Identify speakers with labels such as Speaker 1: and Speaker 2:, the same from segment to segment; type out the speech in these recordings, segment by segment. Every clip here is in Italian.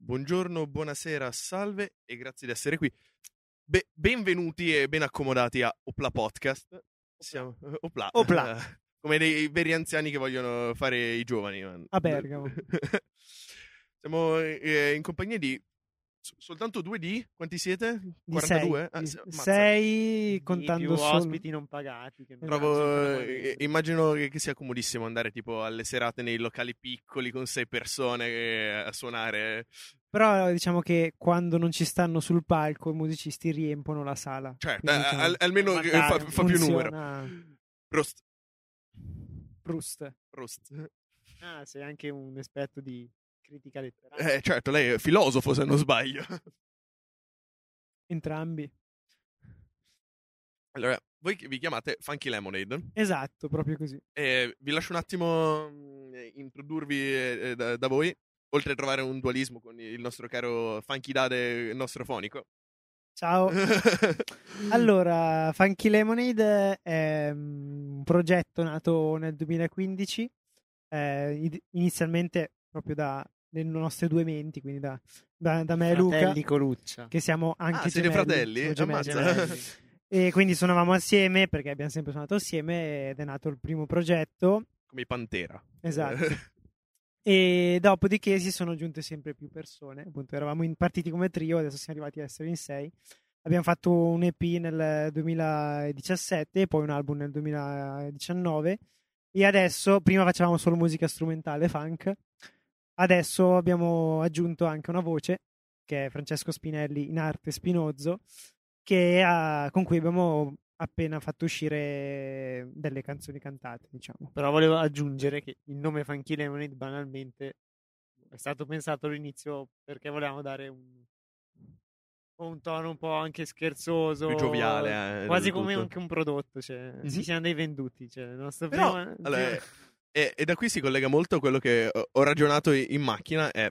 Speaker 1: Buongiorno, buonasera, salve e grazie di essere qui. Be- benvenuti e ben accomodati a Opla Podcast. Siamo eh, Opla.
Speaker 2: Opla.
Speaker 1: Come dei veri anziani che vogliono fare i giovani. man.
Speaker 2: A Bergamo.
Speaker 1: Siamo eh, in compagnia di s- soltanto due di quanti siete?
Speaker 2: Di
Speaker 1: 42? Ah,
Speaker 2: sei, di-
Speaker 1: se- ammazza.
Speaker 2: sei
Speaker 3: Di
Speaker 2: contando
Speaker 3: più
Speaker 2: solo
Speaker 3: ospiti non pagati. Che non
Speaker 2: Esatto,
Speaker 1: Trovo,
Speaker 3: sono
Speaker 1: eh,
Speaker 3: pagati.
Speaker 1: immagino che che sia comodissimo andare tipo alle serate nei locali piccoli con sei persone eh, a suonare.
Speaker 2: però diciamo che quando non ci stanno sul palco i musicisti riempono la sala
Speaker 1: Certo,
Speaker 2: Quindi,
Speaker 1: eh,
Speaker 2: diciamo,
Speaker 1: al- almeno che
Speaker 3: mandare,
Speaker 1: fa, fa più numero.
Speaker 2: funziona
Speaker 1: Prost,
Speaker 2: Proust
Speaker 1: prost.
Speaker 3: Ah, sei anche un esperto di critica letteraria.
Speaker 1: Eh, certo, lei è filosofo se non sbaglio.
Speaker 2: entrambi
Speaker 1: Allora, voi chi- vi chiamate Funky Lemonade.
Speaker 2: esatto proprio così
Speaker 1: Eh, vi lascio un attimo mh, introdurvi eh, eh, da, da voi, oltre a trovare un dualismo con il nostro caro Funky Dade, il nostro fonico.
Speaker 3: Oh.
Speaker 2: ciao Allora, Funky Lemonade è mm, un progetto nato nel 2015, eh, id- inizialmente proprio dalle nostre due menti, quindi da, da- da
Speaker 3: Eh,
Speaker 2: me e Luca,
Speaker 3: Fratelli Coluccia.
Speaker 2: che siamo anche
Speaker 1: Ah, siete
Speaker 2: gemelli,
Speaker 1: fratelli?
Speaker 2: siamo gemelli.
Speaker 3: Cioè,
Speaker 1: Ammazza.
Speaker 3: Gemelli.
Speaker 2: E quindi suonavamo assieme perché abbiamo sempre suonato assieme ed è nato il primo progetto.
Speaker 1: Come i Pantera. Eh,
Speaker 2: Esatto.
Speaker 3: Eh.
Speaker 2: E dopodiché si sono aggiunte sempre più persone. Appunto, eravamo in- partiti come trio, adesso siamo arrivati ad essere in sei. Abbiamo fatto un EP nel 2017 e poi un album nel 2019. E adesso, prima facevamo solo musica strumentale funk, adesso abbiamo aggiunto anche una voce che è Francesco Spinelli in arte Spinozzo, che ha- con cui abbiamo appena fatto uscire delle canzoni cantate, diciamo.
Speaker 3: Però volevo aggiungere che il nome Funky Lemonade banalmente è stato pensato all'inizio perché volevamo dare un, un tono un po' anche scherzoso.
Speaker 1: Più gioviale. eh,
Speaker 3: Quasi
Speaker 1: del
Speaker 3: come
Speaker 1: tutto. Mhm.
Speaker 3: anche un prodotto, cioè, sì, siamo dei venduti. Cioè, il nostro
Speaker 1: Però,
Speaker 3: primo-
Speaker 1: allora, eh, E, e da qui si collega molto a quello che ho ho ragionato i- in macchina. È,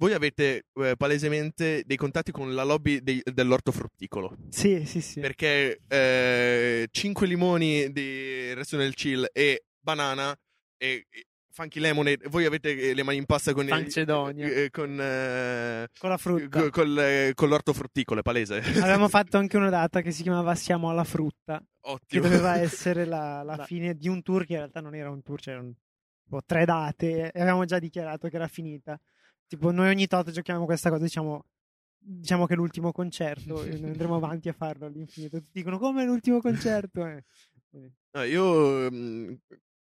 Speaker 1: voi avete eh, palesemente dei contatti con la lobby dei- dell'ortofrutticolo.
Speaker 2: Sì, sì, sì.
Speaker 1: perché eh, 5 limoni di Resto nel Chill e banana e e Funky Lemonade voi avete eh, le mani in pasta con il-
Speaker 3: Pancedonia.
Speaker 1: eh, con, eh,
Speaker 2: Con la frutta.
Speaker 1: co- col, eh, con l'ortofrutticolo è palese
Speaker 2: Avevamo fatto anche una data che si chiamava Siamo alla frutta, che
Speaker 1: ottimo
Speaker 2: doveva essere la, la
Speaker 3: Da-
Speaker 2: fine di un tour che in realtà non era un tour, c'erano tipo tre date e avevamo già dichiarato che era finita. Tipo noi ogni tot giochiamo questa cosa, diciamo, diciamo che è l'ultimo concerto e noi andremo avanti a farlo all'infinito. Tutti dicono come è l'ultimo concerto? Eh, eh,
Speaker 1: No, io mm,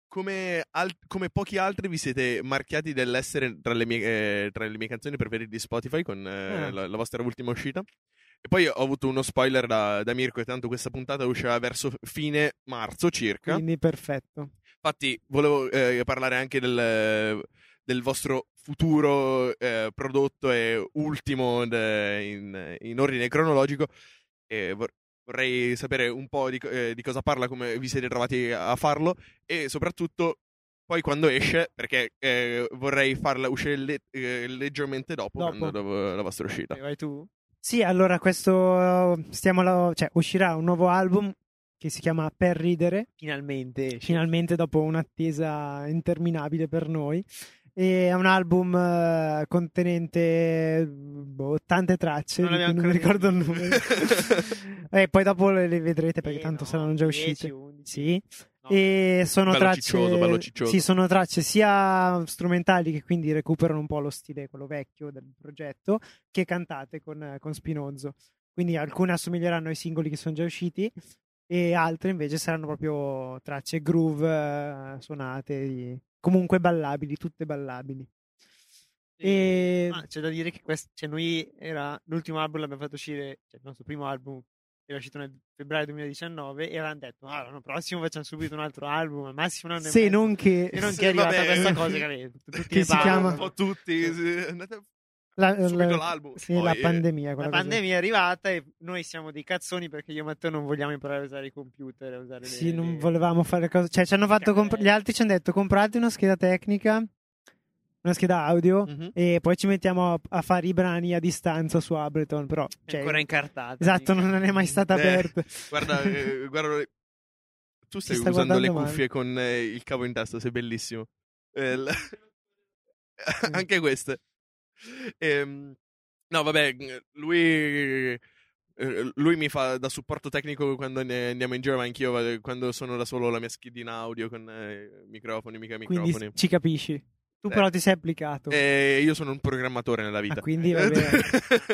Speaker 1: come, al- come pochi altri vi siete marchiati dell'essere tra le mie, eh, tra le mie canzoni preferite di Spotify con eh,
Speaker 2: Ah.
Speaker 1: la, la vostra ultima uscita. E poi ho avuto uno spoiler da, da Mirko, e tanto questa puntata uscirà verso fine marzo circa.
Speaker 2: quindi perfetto.
Speaker 1: Infatti, volevo eh, parlare anche del, del vostro futuro eh, prodotto e ultimo de- in, in ordine cronologico. E vor- vorrei sapere un po' di, co- eh, di cosa parla, come vi siete trovati a farlo e soprattutto poi quando esce, perché eh, vorrei farla uscire le- eh, leggermente dopo,
Speaker 2: Dopo.
Speaker 1: quando- dopo la vostra uscita.
Speaker 3: Vai tu?
Speaker 2: Sì, allora questo stiamo la- cioè, uscirà un nuovo album che si chiama Per ridere
Speaker 3: Finalmente esce.
Speaker 2: finalmente dopo un'attesa interminabile per noi. E è un album eh, contenente eh, boh, 80 tracce,
Speaker 3: Non
Speaker 2: di
Speaker 3: abbiamo
Speaker 2: cui non mi ricordo
Speaker 3: ancora
Speaker 2: il numero. e poi dopo le, le vedrete perché
Speaker 3: Eh,
Speaker 2: tanto
Speaker 3: no,
Speaker 2: saranno già
Speaker 3: 10,
Speaker 2: uscite.
Speaker 3: 11.
Speaker 2: Sì.
Speaker 3: No.
Speaker 2: E sono
Speaker 1: Bello
Speaker 2: tracce,
Speaker 1: ciccioso, bello ciccioso.
Speaker 2: Sì, sono tracce sia strumentali che quindi recuperano un po' lo stile, quello vecchio del progetto, che cantate con, con Spinozzo. Quindi alcune assomiglieranno ai singoli che sono già usciti e altre invece saranno proprio tracce groove eh, suonate, di- comunque ballabili, tutte ballabili. E...
Speaker 3: Ah, c'è da dire che quest- cioè, noi era l'ultimo album l'abbiamo fatto uscire, cioè il nostro primo album era uscito nel febbraio 2019 e avevano detto ah l'anno prossimo facciamo subito un altro album al massimo un anno e
Speaker 2: se
Speaker 3: mezzo."
Speaker 2: non che
Speaker 3: e non
Speaker 1: Sì,
Speaker 3: che è arrivata
Speaker 1: vabbè.
Speaker 3: questa cosa che, avete- tutti
Speaker 2: Che
Speaker 3: ne
Speaker 2: si
Speaker 3: parlano.
Speaker 2: chiama-
Speaker 1: Un po' tutti, sì, andate
Speaker 2: la,
Speaker 1: subito
Speaker 2: la-
Speaker 1: l'album.
Speaker 2: sì,
Speaker 1: Poi,
Speaker 2: la
Speaker 1: eh,
Speaker 2: pandemia,
Speaker 3: la
Speaker 2: quella cosa.
Speaker 3: pandemia è arrivata e noi siamo dei cazzoni perché io e Matteo non vogliamo imparare a usare i computer a usare le-
Speaker 2: Sì, non
Speaker 3: le-
Speaker 2: volevamo fare cose. Cioè, ci hanno fatto comp- gli altri ci hanno detto comprate una scheda tecnica, una scheda audio
Speaker 1: Mhm.
Speaker 2: e poi ci mettiamo a, a fare i brani a distanza su Ableton, però cioè,
Speaker 3: ancora incartata
Speaker 2: Esatto,
Speaker 3: minchia.
Speaker 2: non è mai stata
Speaker 1: Eh,
Speaker 2: aperta.
Speaker 1: Guarda, eh, guarda, le- tu stai
Speaker 2: sta
Speaker 1: usando le
Speaker 2: guardando male.
Speaker 1: cuffie con eh, il cavo in testa, sei bellissimo. Eh, l- Anche queste. Ehm, No, vabbè, lui, eh, lui mi fa da supporto tecnico quando ne- andiamo in giro, ma anch'io vado- quando sono da solo ho la mia schedina audio con eh, microfoni, mica
Speaker 2: Quindi
Speaker 1: microfoni.
Speaker 2: ci capisci. Tu
Speaker 1: Eh.
Speaker 2: però ti sei applicato.
Speaker 1: E io sono un programmatore nella vita.
Speaker 2: Ah, quindi, vabbè.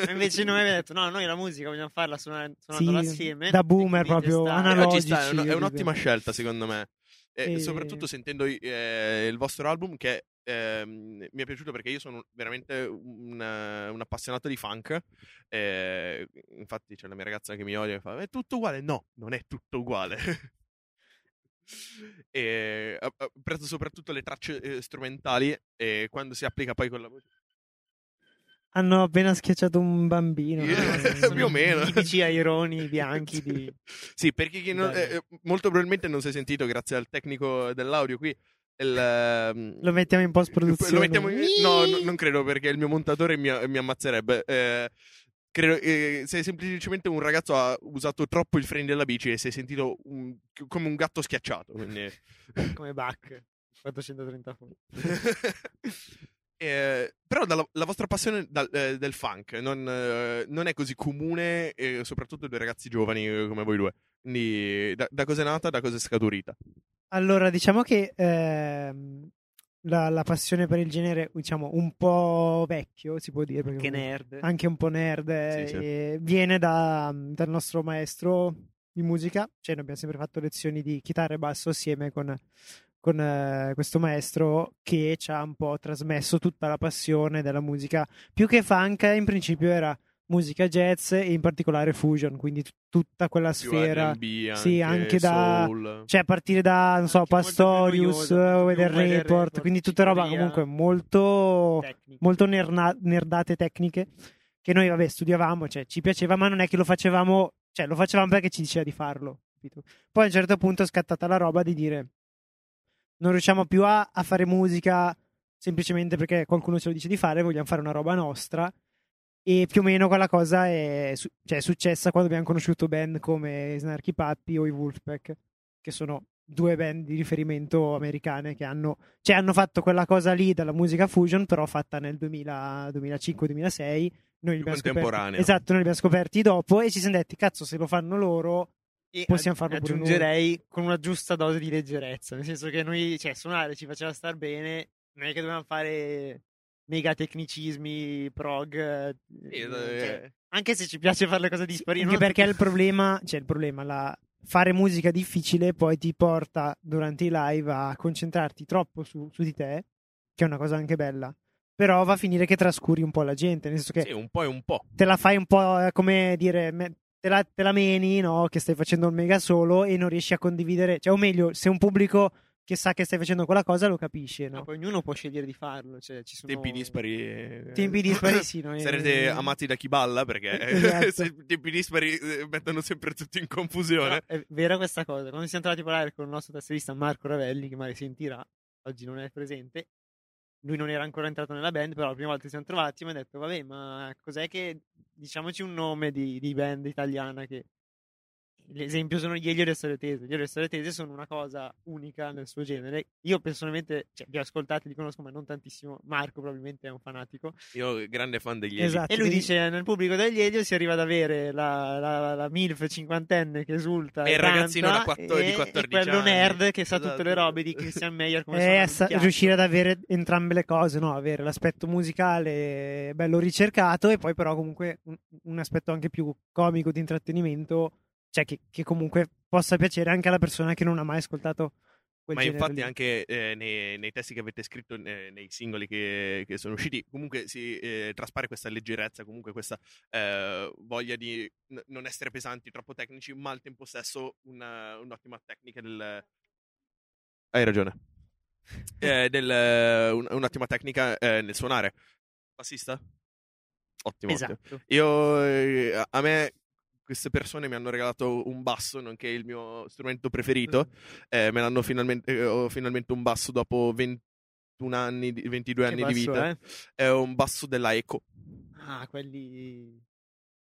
Speaker 3: E invece noi abbiamo detto, no, noi la musica vogliamo farla suonare, suonandola
Speaker 2: sì,
Speaker 3: assieme.
Speaker 2: da boomer
Speaker 3: E quindi
Speaker 2: proprio
Speaker 3: ci sta.
Speaker 1: Eh, no, ci
Speaker 2: analogici.
Speaker 1: sta, è, un- è un'ottima
Speaker 2: ovviamente.
Speaker 1: scelta, secondo me. E
Speaker 2: E-
Speaker 1: soprattutto sentendo eh, il vostro album, che ehm, mi è piaciuto perché io sono veramente un, eh, un appassionato di funk. Eh, infatti, c'è la mia ragazza che mi odia e fa: È tutto uguale? No, non è tutto uguale. e a- a- apprezzo soprattutto le tracce eh, strumentali e quando si applica poi con la voce.
Speaker 2: Hanno appena schiacciato un bambino.
Speaker 1: Yeah.
Speaker 2: no?
Speaker 1: Più o meno.
Speaker 3: Tipici aironi bianchi di...
Speaker 1: Sì, perché chi non-
Speaker 3: Dai.
Speaker 1: eh, molto probabilmente non si è sentito grazie al tecnico dell'audio qui. il, ehm,
Speaker 2: Lo mettiamo in post-produzione.
Speaker 1: Lo mettiamo in- No, no, non credo perché il mio montatore mi, mi ammazzerebbe. Eh, credo, eh, se semplicemente un ragazzo ha usato troppo il frame della bici e si è sentito un- come un gatto schiacciato. Quindi...
Speaker 3: come Bach 430 foto.
Speaker 1: Eh, però dalla- la vostra passione dal- eh, del funk non, eh, non è così comune, eh, soprattutto dei ragazzi giovani eh, come voi due. Quindi da, da cosa è nata, da cosa è scaturita?
Speaker 2: Allora, diciamo che ehm, la, la passione per il genere, diciamo, un po' vecchio, si può dire. perché
Speaker 3: Che
Speaker 2: comunque-
Speaker 3: nerd.
Speaker 2: Anche un po' nerd. eh,
Speaker 1: Sì, sì.
Speaker 2: e viene da- dal nostro maestro di musica. Cioè, noi abbiamo sempre fatto lezioni di chitarra e basso assieme con, con, eh, questo maestro che ci ha un po' trasmesso tutta la passione della musica. Più che funk, in principio era musica jazz e in particolare fusion, quindi tut- tutta quella
Speaker 1: Più
Speaker 2: sfera.
Speaker 1: R&B, anche,
Speaker 2: Sì, anche da-
Speaker 1: soul.
Speaker 2: Cioè, a partire da, non so,
Speaker 3: Anche molto più
Speaker 2: Pastorius,
Speaker 3: noioso,
Speaker 2: eh,
Speaker 3: molto
Speaker 2: Weather
Speaker 3: più Weather
Speaker 2: Report,
Speaker 3: Report,
Speaker 2: quindi tutta roba
Speaker 3: Cicloria.
Speaker 2: comunque molto,
Speaker 3: Tecnico.
Speaker 2: molto nerna- nerdate tecniche che noi, vabbè, studiavamo, cioè ci piaceva, ma non è che lo facevamo, cioè lo facevamo perché ci diceva di farlo, capito? Poi a un certo punto è scattata la roba di dire non riusciamo più a, a fare musica semplicemente perché qualcuno ce lo dice di fare, vogliamo fare una roba nostra. E più o meno quella cosa è, su- cioè, è successa quando abbiamo conosciuto band come Snarky Puppy o i Wolfpack, che sono due band di riferimento americane che hanno, cioè, hanno fatto quella cosa lì dalla musica fusion, però fatta nel 2000 2005-2006. Noi li abbiamo scoperti-
Speaker 1: contemporanea.
Speaker 2: esatto, noi li abbiamo scoperti dopo e ci siamo detti, cazzo, se lo fanno loro,
Speaker 3: E
Speaker 2: possiamo
Speaker 3: aggi-
Speaker 2: farlo pure noi.
Speaker 3: aggiungerei con una giusta dose di leggerezza, nel senso che noi, cioè, suonare ci faceva star bene, non è che dovevamo fare mega tecnicismi, prog, eh,
Speaker 1: Sì, eh,
Speaker 3: cioè, anche se ci piace fare le cose dispari.
Speaker 2: Anche
Speaker 3: non-
Speaker 2: perché il problema, cioè il problema, la- fare musica difficile poi ti porta durante i live a concentrarti troppo su, su di te, che è una cosa anche bella, però va a finire che trascuri un po' la gente, nel senso che
Speaker 1: Sì, un po' e un po'.
Speaker 2: te la fai un po' eh, come dire, me- te la, te la meni, no? Che stai facendo un mega solo e non riesci a condividere, cioè o meglio, se un pubblico che sa che stai facendo quella cosa lo capisce,
Speaker 3: No,
Speaker 2: no?
Speaker 3: Ah, poi ognuno può scegliere di farlo, cioè, ci sono...
Speaker 1: Tempi dispari. eh,
Speaker 2: Tempi dispari sì, no?
Speaker 1: Sarete
Speaker 2: Eh,
Speaker 1: amati da chi balla perché eh,
Speaker 2: Esatto.
Speaker 1: se tempi dispari eh, mettono sempre tutti in
Speaker 3: Però
Speaker 1: confusione.
Speaker 3: è vera questa cosa. Quando siamo tornati a parlare con il nostro tastierista Marco Ravelli, che magari sentirà, oggi non è presente. Lui non era ancora entrato nella band, però la prima volta che ci siamo trovati mi ha detto: Vabbè, ma cos'è che diciamoci un nome di, di band italiana? Che l'esempio sono gli Elio e le Storie Tese. Gli Elio e le Storie Tese sono una cosa unica nel suo genere. Io personalmente cioè, li ho ascoltati, li conosco, ma non tantissimo. Marco, probabilmente, è un fanatico.
Speaker 1: Io, grande fan degli Eli.
Speaker 2: Esatto.
Speaker 3: E lui
Speaker 2: quindi-
Speaker 3: dice: Nel pubblico degli Elio si arriva ad avere la, la- la MILF cinquantenne che esulta.
Speaker 1: E il
Speaker 3: canta,
Speaker 1: ragazzino da quattro- di 14
Speaker 3: e quello
Speaker 1: anni.
Speaker 3: nerd che sa tutte le
Speaker 1: Esatto.
Speaker 3: robe di Christian Meyer. Come
Speaker 2: è
Speaker 3: suonano
Speaker 2: Eh, sa-
Speaker 3: il piano.
Speaker 2: riuscire ad avere entrambe le cose, no? avere l'aspetto musicale bello ricercato e poi però comunque un, un aspetto anche più comico di intrattenimento, cioè che, che comunque possa piacere anche alla persona che non ha mai ascoltato quel
Speaker 1: Ma
Speaker 2: genere
Speaker 1: infatti
Speaker 2: lì.
Speaker 1: anche eh, nei, nei testi che avete scritto, eh, nei singoli che, che sono usciti, comunque si eh, traspare questa leggerezza, comunque questa eh, voglia di n- non essere pesanti, troppo tecnici, ma al tempo stesso una- un'ottima tecnica del... Hai ragione. Eh, del, eh, un- un'ottima tecnica eh, nel suonare. Bassista? Ottimo. ottimo.
Speaker 3: Esatto.
Speaker 1: Io, eh, a- a me queste persone mi hanno regalato un basso, nonché il mio strumento preferito.
Speaker 3: Mm.
Speaker 1: Eh, me l'hanno finalmente, eh, ho finalmente un basso dopo 21 anni, di- 22
Speaker 3: Che
Speaker 1: anni di
Speaker 3: basso,
Speaker 1: vita.
Speaker 3: eh?
Speaker 1: È un basso della Eco.
Speaker 3: Ah, quelli.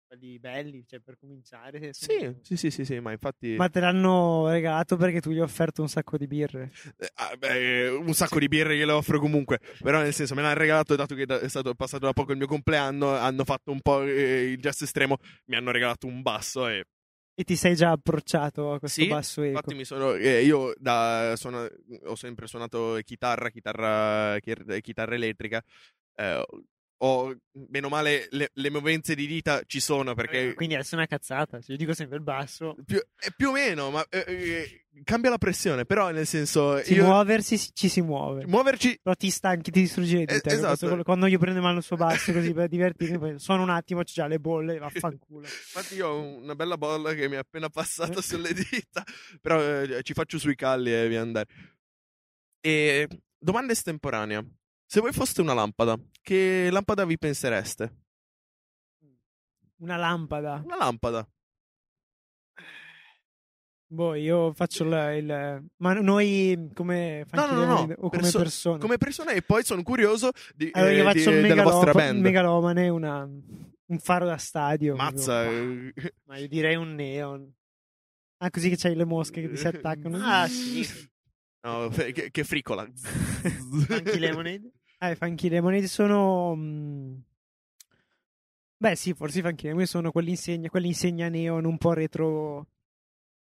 Speaker 3: quelli belli, cioè per cominciare.
Speaker 1: Sì,
Speaker 3: sono-
Speaker 1: sì, sì, sì, sì, ma infatti
Speaker 2: Ma te l'hanno regato perché tu gli hai offerto un sacco di birre.
Speaker 1: eh, ah, beh, un sacco di birre gliele offro comunque, però nel senso me l'hanno regalato dato che da- è stato passato da poco il mio compleanno, hanno fatto un po' eh, il gesto estremo, mi hanno regalato un basso e
Speaker 2: E ti sei già approcciato a questo
Speaker 1: Sì,
Speaker 2: basso eco.
Speaker 1: Infatti mi sono, eh, io da, suona- ho sempre suonato chitarra, chitarra, chi- chitarra elettrica. eh, ho, meno male, le, le movenze di dita ci sono perché
Speaker 3: Eh, Quindi adesso è una cazzata, cioè, io dico sempre il basso.
Speaker 1: più, eh, più o meno, ma eh, eh, cambia la pressione, però nel senso...
Speaker 2: Si
Speaker 1: io-
Speaker 2: muoversi si- ci si muove.
Speaker 1: muoverci...
Speaker 2: Però ti stanchi, ti distrugge le
Speaker 1: Eh,
Speaker 2: dita. ecco, questo è
Speaker 1: esatto.
Speaker 2: quello- Quando io prendo in mano il suo basso così per divertirmi, poi suono un attimo, c'ho già le bolle, vaffanculo.
Speaker 1: Infatti io ho una bella bolla che mi è appena passata sulle dita, però eh, ci faccio sui calli e via andare. E domanda estemporanea. Se voi foste una lampada, che lampada vi pensereste?
Speaker 2: Una lampada.
Speaker 1: Una lampada.
Speaker 2: Boh, io faccio il... il- ma noi come
Speaker 1: No, no, no,
Speaker 2: fanchiniani
Speaker 1: no,
Speaker 2: o come
Speaker 1: perso-
Speaker 2: persone?
Speaker 1: come persona e poi sono curioso di,
Speaker 2: Allora io
Speaker 1: eh, di-
Speaker 2: faccio un
Speaker 1: della vostra
Speaker 2: megalopo-
Speaker 1: band.
Speaker 2: un megalomane, una- un faro da stadio.
Speaker 1: Mazza,
Speaker 2: proprio.
Speaker 1: eh,
Speaker 3: Ma io direi un neon.
Speaker 2: Ah, così che c'hai le mosche che ti si attaccano.
Speaker 3: Ah, sì.
Speaker 1: no, fe- che, che fricola.
Speaker 3: Anche Lemonade.
Speaker 2: Ah, i Funky Lemonade sono... mm, Beh sì, forse i Funky Lemonade sono quell'insegna, quell'insegna neon un po' retro...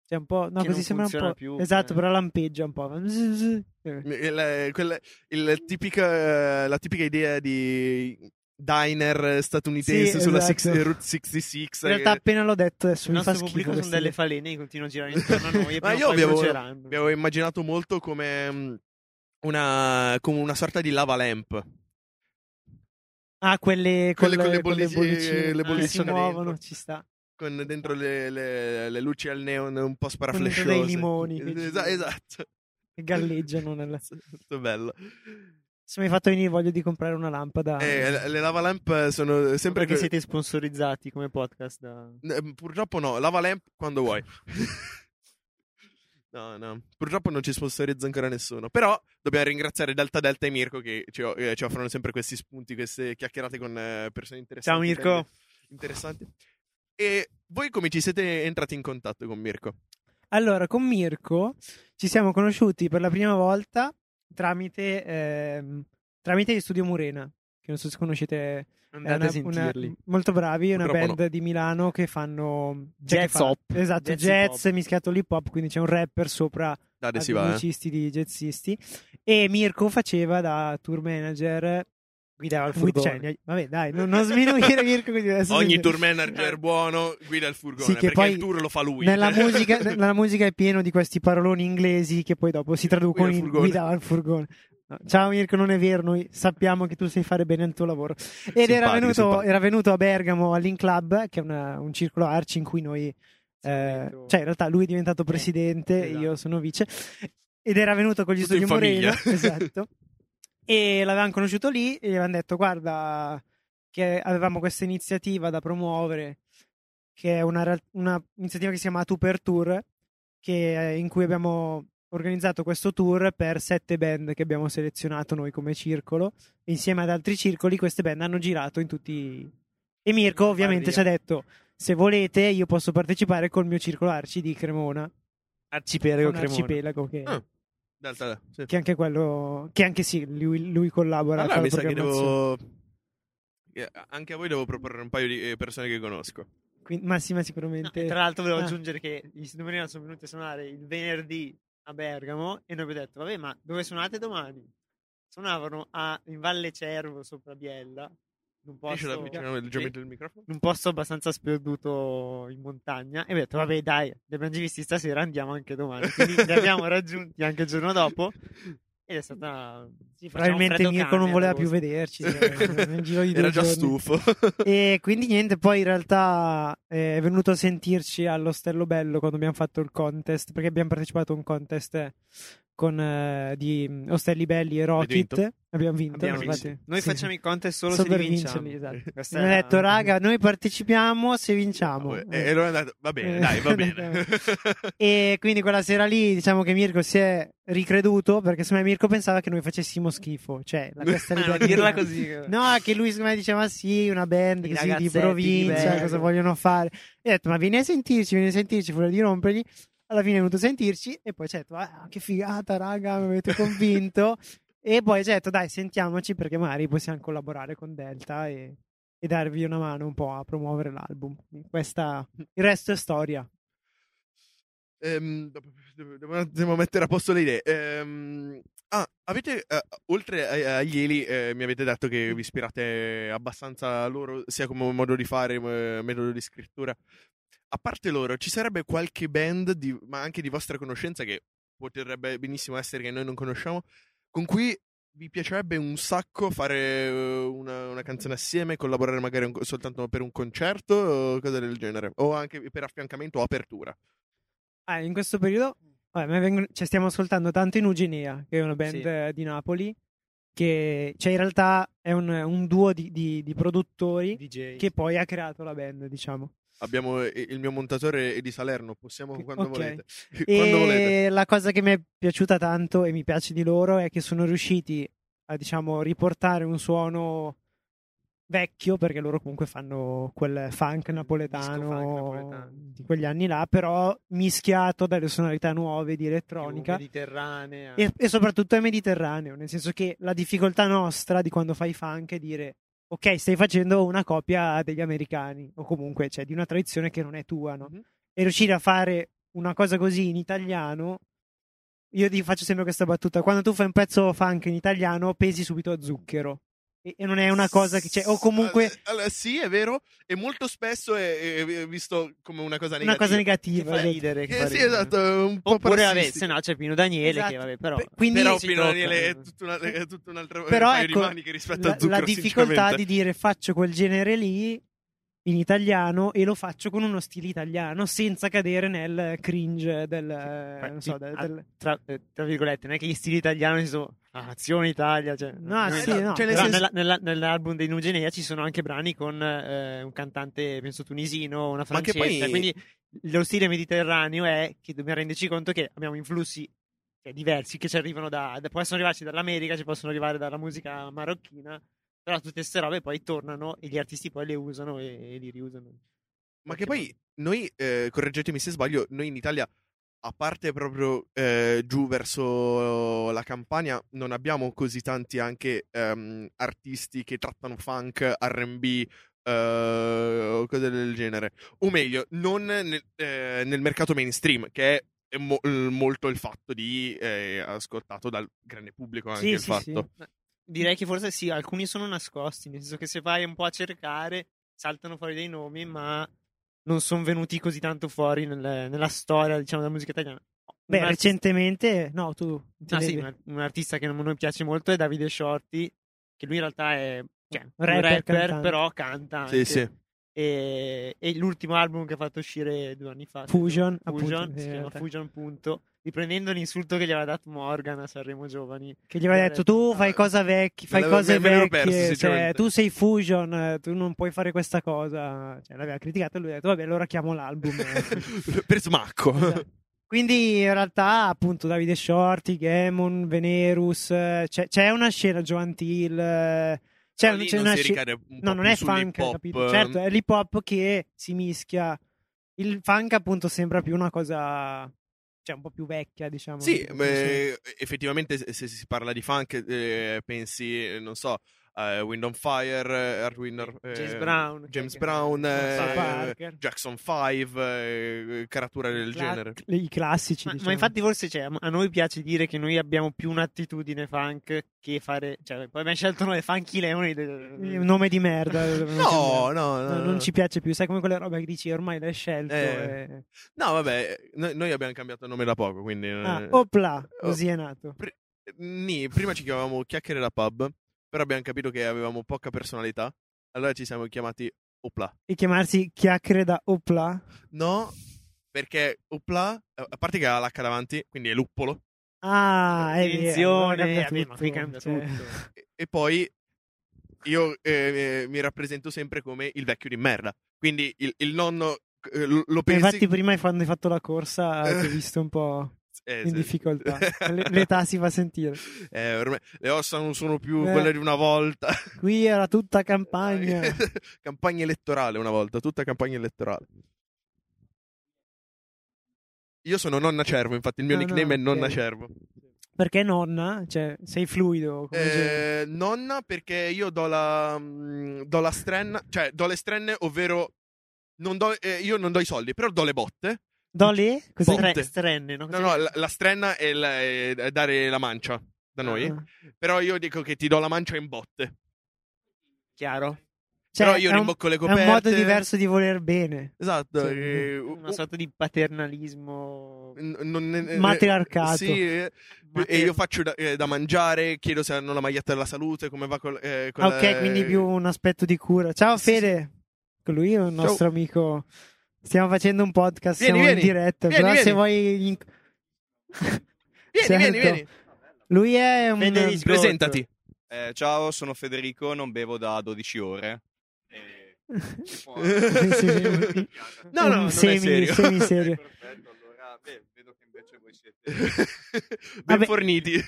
Speaker 2: Cioè un po'... No,
Speaker 3: Che
Speaker 2: così
Speaker 3: non
Speaker 2: sembra un
Speaker 3: funziona
Speaker 2: po'...
Speaker 3: più,
Speaker 2: esatto,
Speaker 3: eh.
Speaker 2: però lampeggia un po'. Eh,
Speaker 1: Il, quella- il tipica, la tipica idea di diner statunitense
Speaker 2: Sì,
Speaker 1: sulla
Speaker 2: esatto.
Speaker 1: six- Route 66.
Speaker 2: In realtà
Speaker 1: eh,
Speaker 2: appena l'ho detto adesso
Speaker 3: Il
Speaker 2: Cioè, mi fa
Speaker 3: nostro
Speaker 2: schifo.
Speaker 3: pubblico sono
Speaker 2: questi-
Speaker 3: delle falene che continuano a girare intorno a noi e
Speaker 1: Ma
Speaker 3: prima o
Speaker 1: io
Speaker 3: poi
Speaker 1: avevo-
Speaker 3: bruceranno.
Speaker 1: Mi avevo immaginato molto come mm, una, come una sorta di lava lamp.
Speaker 2: Ah, quelle,
Speaker 1: Quelle
Speaker 2: quelle-
Speaker 1: con le
Speaker 2: quelle
Speaker 1: bollicine- eh, le
Speaker 2: bollicine. Ah, si
Speaker 1: bollicine dentro.
Speaker 2: muovono, ci sta.
Speaker 1: Con dentro le, le- le luci al neon un po'
Speaker 2: dentro
Speaker 1: sparaflesciose.
Speaker 2: dei limoni che
Speaker 1: Esa-
Speaker 2: girano.
Speaker 1: esatto.
Speaker 2: Che galleggiano nel...
Speaker 1: Molto bello.
Speaker 2: Se mi hai fatto venire voglia di comprare una lampada...
Speaker 1: Eh, le- le lava lamp sono sempre...
Speaker 3: Sempre che
Speaker 1: que-
Speaker 3: siete sponsorizzati come podcast da...
Speaker 1: Eh, Purtroppo no, lava lamp quando vuoi. no, no. Purtroppo non ci sponsorizza ancora nessuno. Però dobbiamo ringraziare Delta Delta e Mirko che ci, o- eh, ci offrono sempre questi spunti, queste chiacchierate con eh, persone interessanti.
Speaker 3: Ciao, Mirko.
Speaker 1: temi Interessanti. E voi come ci siete entrati in contatto con Mirko?
Speaker 2: Allora, con Mirko ci siamo conosciuti per la prima volta tramite, ehm, tramite gli Studio Murena, che non so se conoscete. è
Speaker 3: Andate a
Speaker 2: una- una-
Speaker 3: sentirli.
Speaker 2: molto bravi, è una
Speaker 1: Purtroppo
Speaker 2: band di Milano che fanno... cioè che
Speaker 3: Jazz hop.
Speaker 2: Esatto,
Speaker 3: Jazz
Speaker 2: jazz,
Speaker 3: hip hop.
Speaker 2: mischiato all'hip hop, quindi c'è un rapper sopra
Speaker 1: Dade si
Speaker 2: ad
Speaker 1: va, eh.
Speaker 2: musicisti di jazzisti. E Mirco faceva da tour manager...
Speaker 3: Guidava il
Speaker 2: with
Speaker 3: furgone.
Speaker 2: Chenial. Cioè, Vabbè dai, non, non sminuire Mirko così adesso.
Speaker 1: Ogni tour manager buono guida il furgone
Speaker 2: Esatto. Eh. Sì, che
Speaker 1: perché
Speaker 2: poi
Speaker 1: il tour lo fa lui. Eh.
Speaker 2: Nella musica, nella musica è pieno di questi paroloni inglesi che poi dopo si traducono
Speaker 1: Guida il
Speaker 2: in
Speaker 1: furgone.
Speaker 2: guidava il furgone. No, Ciao Mirko, non è vero, noi sappiamo che tu sai fare bene il tuo lavoro. Ed era
Speaker 1: Simpatico,
Speaker 2: venuto,
Speaker 1: simpatico.
Speaker 2: era venuto a Bergamo all'In Club, che è una- un circolo arci in cui noi... eh,
Speaker 3: dentro.
Speaker 2: cioè in realtà lui è diventato presidente,
Speaker 3: esatto.
Speaker 2: io sono vice. Ed era venuto con gli
Speaker 1: Tutto
Speaker 2: studi
Speaker 1: in famiglia.
Speaker 2: Moreno, esatto. E l'avevamo conosciuto lì e gli avevamo detto, guarda, che avevamo questa iniziativa da promuovere, che è una, real- una iniziativa che si chiama Tu per Tour, che, eh, in cui abbiamo organizzato questo tour per sette band che abbiamo selezionato noi come circolo. Insieme ad altri circoli, queste band hanno girato in tutti. i- E Mirko,
Speaker 3: Lombardia.
Speaker 2: ovviamente, ci ha detto: Se volete, io posso partecipare col mio circolo Arci di Cremona,
Speaker 3: Arcipelago
Speaker 2: un
Speaker 3: Cremona.
Speaker 2: arcipelago che,
Speaker 1: Ah, Delta, sì.
Speaker 2: che anche quello, che anche sì, lui, lui collabora.
Speaker 1: Allora
Speaker 2: fa la
Speaker 1: mi sa che
Speaker 2: programmazione.
Speaker 1: devo. eh, Anche a voi devo proporre un paio di eh, persone che conosco.
Speaker 2: Quindi- Massima,
Speaker 3: No,
Speaker 2: sicuramente.
Speaker 3: e tra l'altro volevo
Speaker 2: Ah.
Speaker 3: aggiungere che gli Studio sono venuti a suonare il venerdì a Bergamo e noi abbiamo detto, vabbè, ma dove suonate domani? Suonavano a- in Valle Cervo, sopra Biella, in un
Speaker 1: Riesci ad
Speaker 3: posto,
Speaker 1: avvicinare
Speaker 3: sì,
Speaker 1: leggermente il microfono?
Speaker 3: in un posto abbastanza sperduto in montagna e abbiamo detto, vabbè, dai, li abbiamo già visti stasera, andiamo anche domani. Ah, Quindi li abbiamo raggiunti anche il giorno dopo ed è stata... sì, faceva un
Speaker 2: Probabilmente
Speaker 3: freddo
Speaker 2: Mirko
Speaker 3: cane
Speaker 2: non
Speaker 3: ad
Speaker 2: voleva più
Speaker 3: agosto.
Speaker 2: vederci eh, nel giro di due
Speaker 1: Era già
Speaker 2: giorni.
Speaker 1: stufo.
Speaker 2: E quindi niente, poi in realtà eh, è venuto a sentirci all'Ostello Bello quando abbiamo fatto il contest, perché abbiamo partecipato a un contest con, eh, di Ostelli Belli e
Speaker 1: vinto?
Speaker 2: Rocket. Abbiamo vinto.
Speaker 3: Abbiamo
Speaker 1: vinto.
Speaker 2: infatti.
Speaker 3: Noi
Speaker 2: Sì.
Speaker 3: facciamo i contest solo
Speaker 2: Solo
Speaker 3: se
Speaker 2: per
Speaker 3: li vinciamo. Eh,
Speaker 2: vincerli, esatto.
Speaker 3: Questa
Speaker 2: Mi hanno
Speaker 3: è la-
Speaker 2: detto, raga, noi partecipiamo se vinciamo.
Speaker 1: Ah,
Speaker 3: eh,
Speaker 1: E, e allora è andato, va
Speaker 2: Eh.
Speaker 1: bene, dai, va bene.
Speaker 2: E quindi quella sera lì, diciamo che Mirko si è ricreduto perché secondo me Mirko pensava che noi facessimo schifo, cioè la questa
Speaker 3: Ah,
Speaker 2: l'idea
Speaker 3: non
Speaker 2: che-
Speaker 3: dirla così.
Speaker 2: No, che lui secondo me diceva sì, una band
Speaker 3: I
Speaker 2: così di
Speaker 3: ragazzetti,
Speaker 2: provincia,
Speaker 3: bello."
Speaker 2: cosa vogliono fare. E ho detto "Ma vieni a sentirci, vieni a sentirci, fuori di rompergli". Alla fine è venuto a sentirci e poi ci ha detto "Ah, che figata, raga, mi avete convinto". e poi ci ha detto "Dai, sentiamoci perché magari possiamo collaborare con Delta e e darvi una mano un po' a promuovere l'album. Quindi Questa il resto è storia.
Speaker 1: Ehm, dopo- devo- devo, devo mettere a posto le idee. Ehm, ah, avete, eh, oltre ai- agli Eli, eh, mi avete detto che vi ispirate abbastanza a loro, sia come modo di fare, eh, metodo di scrittura. A parte loro, ci sarebbe qualche band, di- ma anche di vostra conoscenza, che potrebbe benissimo essere che noi non conosciamo, con cui vi piacerebbe un sacco fare eh, una, una canzone assieme, collaborare magari un- soltanto per un concerto o cose del genere, o anche per affiancamento o apertura.
Speaker 2: Ah, in questo periodo
Speaker 3: Mm.
Speaker 2: vabbè, mi vengono- cioè, stiamo ascoltando tanto in Uginea, che è una band
Speaker 3: Sì.
Speaker 2: eh, di Napoli, che cioè, in realtà è un, un duo di, di- di produttori
Speaker 3: DJ.
Speaker 2: che poi ha creato la band, diciamo.
Speaker 1: Abbiamo eh, il mio montatore è di Salerno, possiamo quando
Speaker 2: Ok.
Speaker 1: volete.
Speaker 2: e
Speaker 1: Quando volete.
Speaker 2: la cosa che mi è piaciuta tanto e mi piace di loro è che sono riusciti a diciamo riportare un suono vecchio perché loro comunque fanno quel funk napoletano,
Speaker 3: funk napoletano.
Speaker 2: di quegli anni là però mischiato dalle sonorità nuove di elettronica
Speaker 3: mediterranea.
Speaker 2: e, e soprattutto è mediterraneo, nel senso che la difficoltà nostra di quando fai funk è dire ok, stai facendo una copia degli americani o comunque cioè, di una tradizione che non è tua, no?
Speaker 1: Mhm.
Speaker 2: E riuscire a fare una cosa così in italiano, io ti faccio sempre questa battuta, quando tu fai un pezzo funk in italiano pesi subito a zucchero e, e non è una cosa che c'è, o comunque
Speaker 1: Allora, allora, sì, è vero, e molto spesso è, è visto come una cosa negativa.
Speaker 2: una cosa negativa.
Speaker 3: fa
Speaker 2: esatto.
Speaker 3: ridere. che
Speaker 1: Eh,
Speaker 3: fa
Speaker 1: sì,
Speaker 3: ridere.
Speaker 1: esatto, è un po'
Speaker 3: Oppure, vabbè,
Speaker 1: parassisti.
Speaker 3: se no c'è Pino Daniele,
Speaker 2: Esatto.
Speaker 3: che vabbè, però...
Speaker 2: Per- Quindi
Speaker 1: Però
Speaker 3: si
Speaker 1: Pino
Speaker 3: tocca.
Speaker 1: Daniele è tutta una- è tutta un'altra
Speaker 2: Però
Speaker 1: un paio
Speaker 2: ecco,
Speaker 1: di maniche rispetto
Speaker 2: la,
Speaker 1: a Zucchero,
Speaker 2: la difficoltà
Speaker 1: sinceramente.
Speaker 2: di dire faccio quel genere lì in italiano e lo faccio con uno stile italiano senza cadere nel cringe del, eh, non so, del-
Speaker 3: Ah,
Speaker 2: del-
Speaker 3: tra, eh, tra virgolette, non è che gli stili italiani ci sono ah, Azione Italia, cioè,
Speaker 2: No,
Speaker 3: eh,
Speaker 2: sì,
Speaker 3: no.
Speaker 2: no.
Speaker 1: cioè, nel
Speaker 3: Però
Speaker 1: senso-
Speaker 3: nella- nella- nell'album dei Nugenea ci sono anche brani con eh, un cantante, penso tunisino, una
Speaker 1: Ma che
Speaker 3: francese.
Speaker 1: poi-
Speaker 3: Quindi lo stile mediterraneo è che dobbiamo renderci conto che abbiamo influssi cioè, diversi che ci arrivano da, da- possono arrivarci dall'America, ci possono arrivare dalla musica marocchina. Però tutte queste robe poi tornano e gli artisti poi le usano e, e li riusano.
Speaker 1: Ma che poi noi, eh, correggetemi se sbaglio, noi in Italia, a parte proprio eh, giù verso la Campania, non abbiamo così tanti anche ehm, artisti che trattano funk, R&B eh, o cose del genere. O meglio, non nel, eh, nel mercato mainstream, che è è mo- eh, molto il fatto di eh, ascoltato dal grande pubblico anche
Speaker 2: Sì,
Speaker 1: il
Speaker 2: sì,
Speaker 1: fatto.
Speaker 2: sì.
Speaker 3: Direi che forse sì, alcuni sono nascosti, nel senso che se vai un po' a cercare saltano fuori dei nomi, ma non sono venuti così tanto fuori nel- nella storia, diciamo, della musica italiana.
Speaker 2: Beh,
Speaker 3: Un arti-
Speaker 2: recentemente, no, tu ti
Speaker 3: ah, sì,
Speaker 2: devi-
Speaker 3: un, ar- un artista che a noi piace molto è Davide Shorty, che lui in realtà è cioè, un
Speaker 2: Rapper,
Speaker 3: rapper,
Speaker 2: cantante.
Speaker 3: però canta
Speaker 1: Sì,
Speaker 3: anche.
Speaker 1: sì.
Speaker 3: E, e l'ultimo album che ha fatto uscire due anni fa,
Speaker 2: Fusion,
Speaker 3: Fusion, si
Speaker 2: appunto, sì, in
Speaker 3: chiama
Speaker 2: realtà.
Speaker 3: Fusion punto, riprendendo l'insulto che gli aveva dato Morgan a Sanremo Giovani.
Speaker 2: che gli aveva detto tu fai cosa vecchi, fai
Speaker 1: Ah, Me l'avevo-
Speaker 2: cose
Speaker 1: me l'avevo
Speaker 2: vecchie,
Speaker 1: perso,
Speaker 2: cioè,
Speaker 1: sinceramente.
Speaker 2: tu sei fusion, eh, tu non puoi fare questa cosa. Cioè, l'aveva criticato e lui ha detto vabbè, allora chiamo l'album. eh.
Speaker 1: per smacco.
Speaker 2: Esatto. Quindi in realtà, appunto, Davide Shorty, Gemon, Venerus, eh, c'è, c'è una scena, Joan Till, eh, c'è,
Speaker 1: Però lì
Speaker 2: c'è
Speaker 1: non
Speaker 2: una
Speaker 1: si
Speaker 2: scena...
Speaker 1: ricade un
Speaker 2: No,
Speaker 1: po'
Speaker 2: non
Speaker 1: più
Speaker 2: è
Speaker 1: sull'hip
Speaker 2: funk,
Speaker 1: hop,
Speaker 2: capito?
Speaker 1: eh,
Speaker 2: Certo, è l'hip hop che si mischia. Il funk, appunto, sembra più una cosa, cioè, un po' più vecchia, diciamo.
Speaker 1: Sì,
Speaker 2: Come se-
Speaker 1: beh, effettivamente se, se si parla di funk eh, pensi, eh, non so, a Wind on Fire, eh, Earth, Wind on- eh,
Speaker 3: James Brown,
Speaker 1: James
Speaker 3: che-
Speaker 1: Brown,
Speaker 2: South
Speaker 1: eh,
Speaker 2: Parker.
Speaker 1: Jackson 5, eh, caratura del
Speaker 2: Cla-
Speaker 1: genere.
Speaker 2: I classici,
Speaker 3: Ma, ma
Speaker 2: diciamo.
Speaker 3: infatti forse cioè, a noi piace dire che noi abbiamo più un'attitudine funk che fare... Cioè, poi abbiamo scelto noi Funky eh, Lemonade.
Speaker 2: Mm, Un nome di merda.
Speaker 1: No, no, no,
Speaker 2: No,
Speaker 1: no.
Speaker 2: non ci piace più, sai come quelle robe che dici ormai l'hai scelto.
Speaker 1: Eh.
Speaker 2: e-
Speaker 1: No, vabbè, noi, noi abbiamo cambiato nome da poco, quindi...
Speaker 2: Ah,
Speaker 1: eh,
Speaker 2: opla, così è nato.
Speaker 1: Ni, prima ci chiamavamo Chiacchiere da Pub, però abbiamo capito che avevamo poca personalità, allora ci siamo chiamati Opla.
Speaker 2: E chiamarsi chiacchiere da opla.
Speaker 1: No, perché Upla, a parte che ha l'H davanti, quindi è luppolo.
Speaker 2: Ah, è vero.
Speaker 3: Attenzione,
Speaker 2: allora
Speaker 3: vabbè, ma qui cambia
Speaker 2: cioè.
Speaker 3: tutto.
Speaker 1: E, e poi io eh, mi rappresento sempre come il vecchio di merda. Quindi il, il nonno eh, lo lo pensi...
Speaker 2: Infatti, prima quando hai fatto la corsa ti ho visto un po'
Speaker 1: Eh,
Speaker 2: in
Speaker 1: sì.
Speaker 2: difficoltà. L- L'età si fa sentire.
Speaker 1: Eh, ormai le ossa non sono più
Speaker 2: Eh.
Speaker 1: quelle di una volta.
Speaker 2: Qui era tutta campagna.
Speaker 1: campagna elettorale una volta, tutta campagna elettorale. Io sono nonna cervo, infatti il mio
Speaker 2: Ah, no,
Speaker 1: nickname è
Speaker 2: ok.
Speaker 1: nonna cervo.
Speaker 2: Perché nonna? Cioè, sei fluido. come genere.
Speaker 1: Eh, nonna perché io do la mm, do la strenna, cioè do le strenne, ovvero non do- eh, io non do i soldi, però do le botte.
Speaker 2: Do le? Cos'è?
Speaker 1: Botte.
Speaker 3: Stre- strenne, no?
Speaker 1: No,
Speaker 2: Ah,
Speaker 1: no, la, la strenna è, la- è dare la mancia da noi,
Speaker 2: Ah.
Speaker 1: però io dico che ti do la mancia in botte.
Speaker 3: Chiaro.
Speaker 2: Cioè,
Speaker 1: però io
Speaker 2: è un-
Speaker 1: rimbocco le
Speaker 2: è
Speaker 1: coperte.
Speaker 2: un modo diverso di voler bene.
Speaker 1: Esatto,
Speaker 2: Sì.
Speaker 1: eh, u-
Speaker 3: Una sorta di paternalismo.
Speaker 1: N- non ne- eh,
Speaker 2: Matriarcato.
Speaker 1: Sì, eh, e io faccio da, eh, da mangiare, chiedo se hanno la maglietta della salute, come va col, eh, con
Speaker 2: Ah,
Speaker 1: la-
Speaker 2: ok, quindi più un aspetto di cura. Ciao
Speaker 1: Sì,
Speaker 2: Fede, lui è un
Speaker 1: Ciao.
Speaker 2: nostro amico. Stiamo facendo un podcast,
Speaker 1: Vieni,
Speaker 2: siamo
Speaker 1: vieni.
Speaker 2: in diretta.
Speaker 1: Vieni,
Speaker 2: però se
Speaker 1: vieni.
Speaker 2: vuoi. gli inc-
Speaker 1: Vieni, vieni,
Speaker 2: Certo.
Speaker 1: vieni.
Speaker 2: Lui è un.
Speaker 3: Fede, rispondi.
Speaker 1: Presentati.
Speaker 4: Eh, ciao, sono Federico, non bevo da 12 ore. Eh,
Speaker 2: Sì, sì, sì.
Speaker 1: No, no,
Speaker 2: un
Speaker 1: non è
Speaker 2: semi,
Speaker 1: serio.
Speaker 2: semi serio.
Speaker 4: Perfetto, allora, beh, vedo che invece voi siete...
Speaker 1: ben
Speaker 2: Vabbè.
Speaker 1: forniti.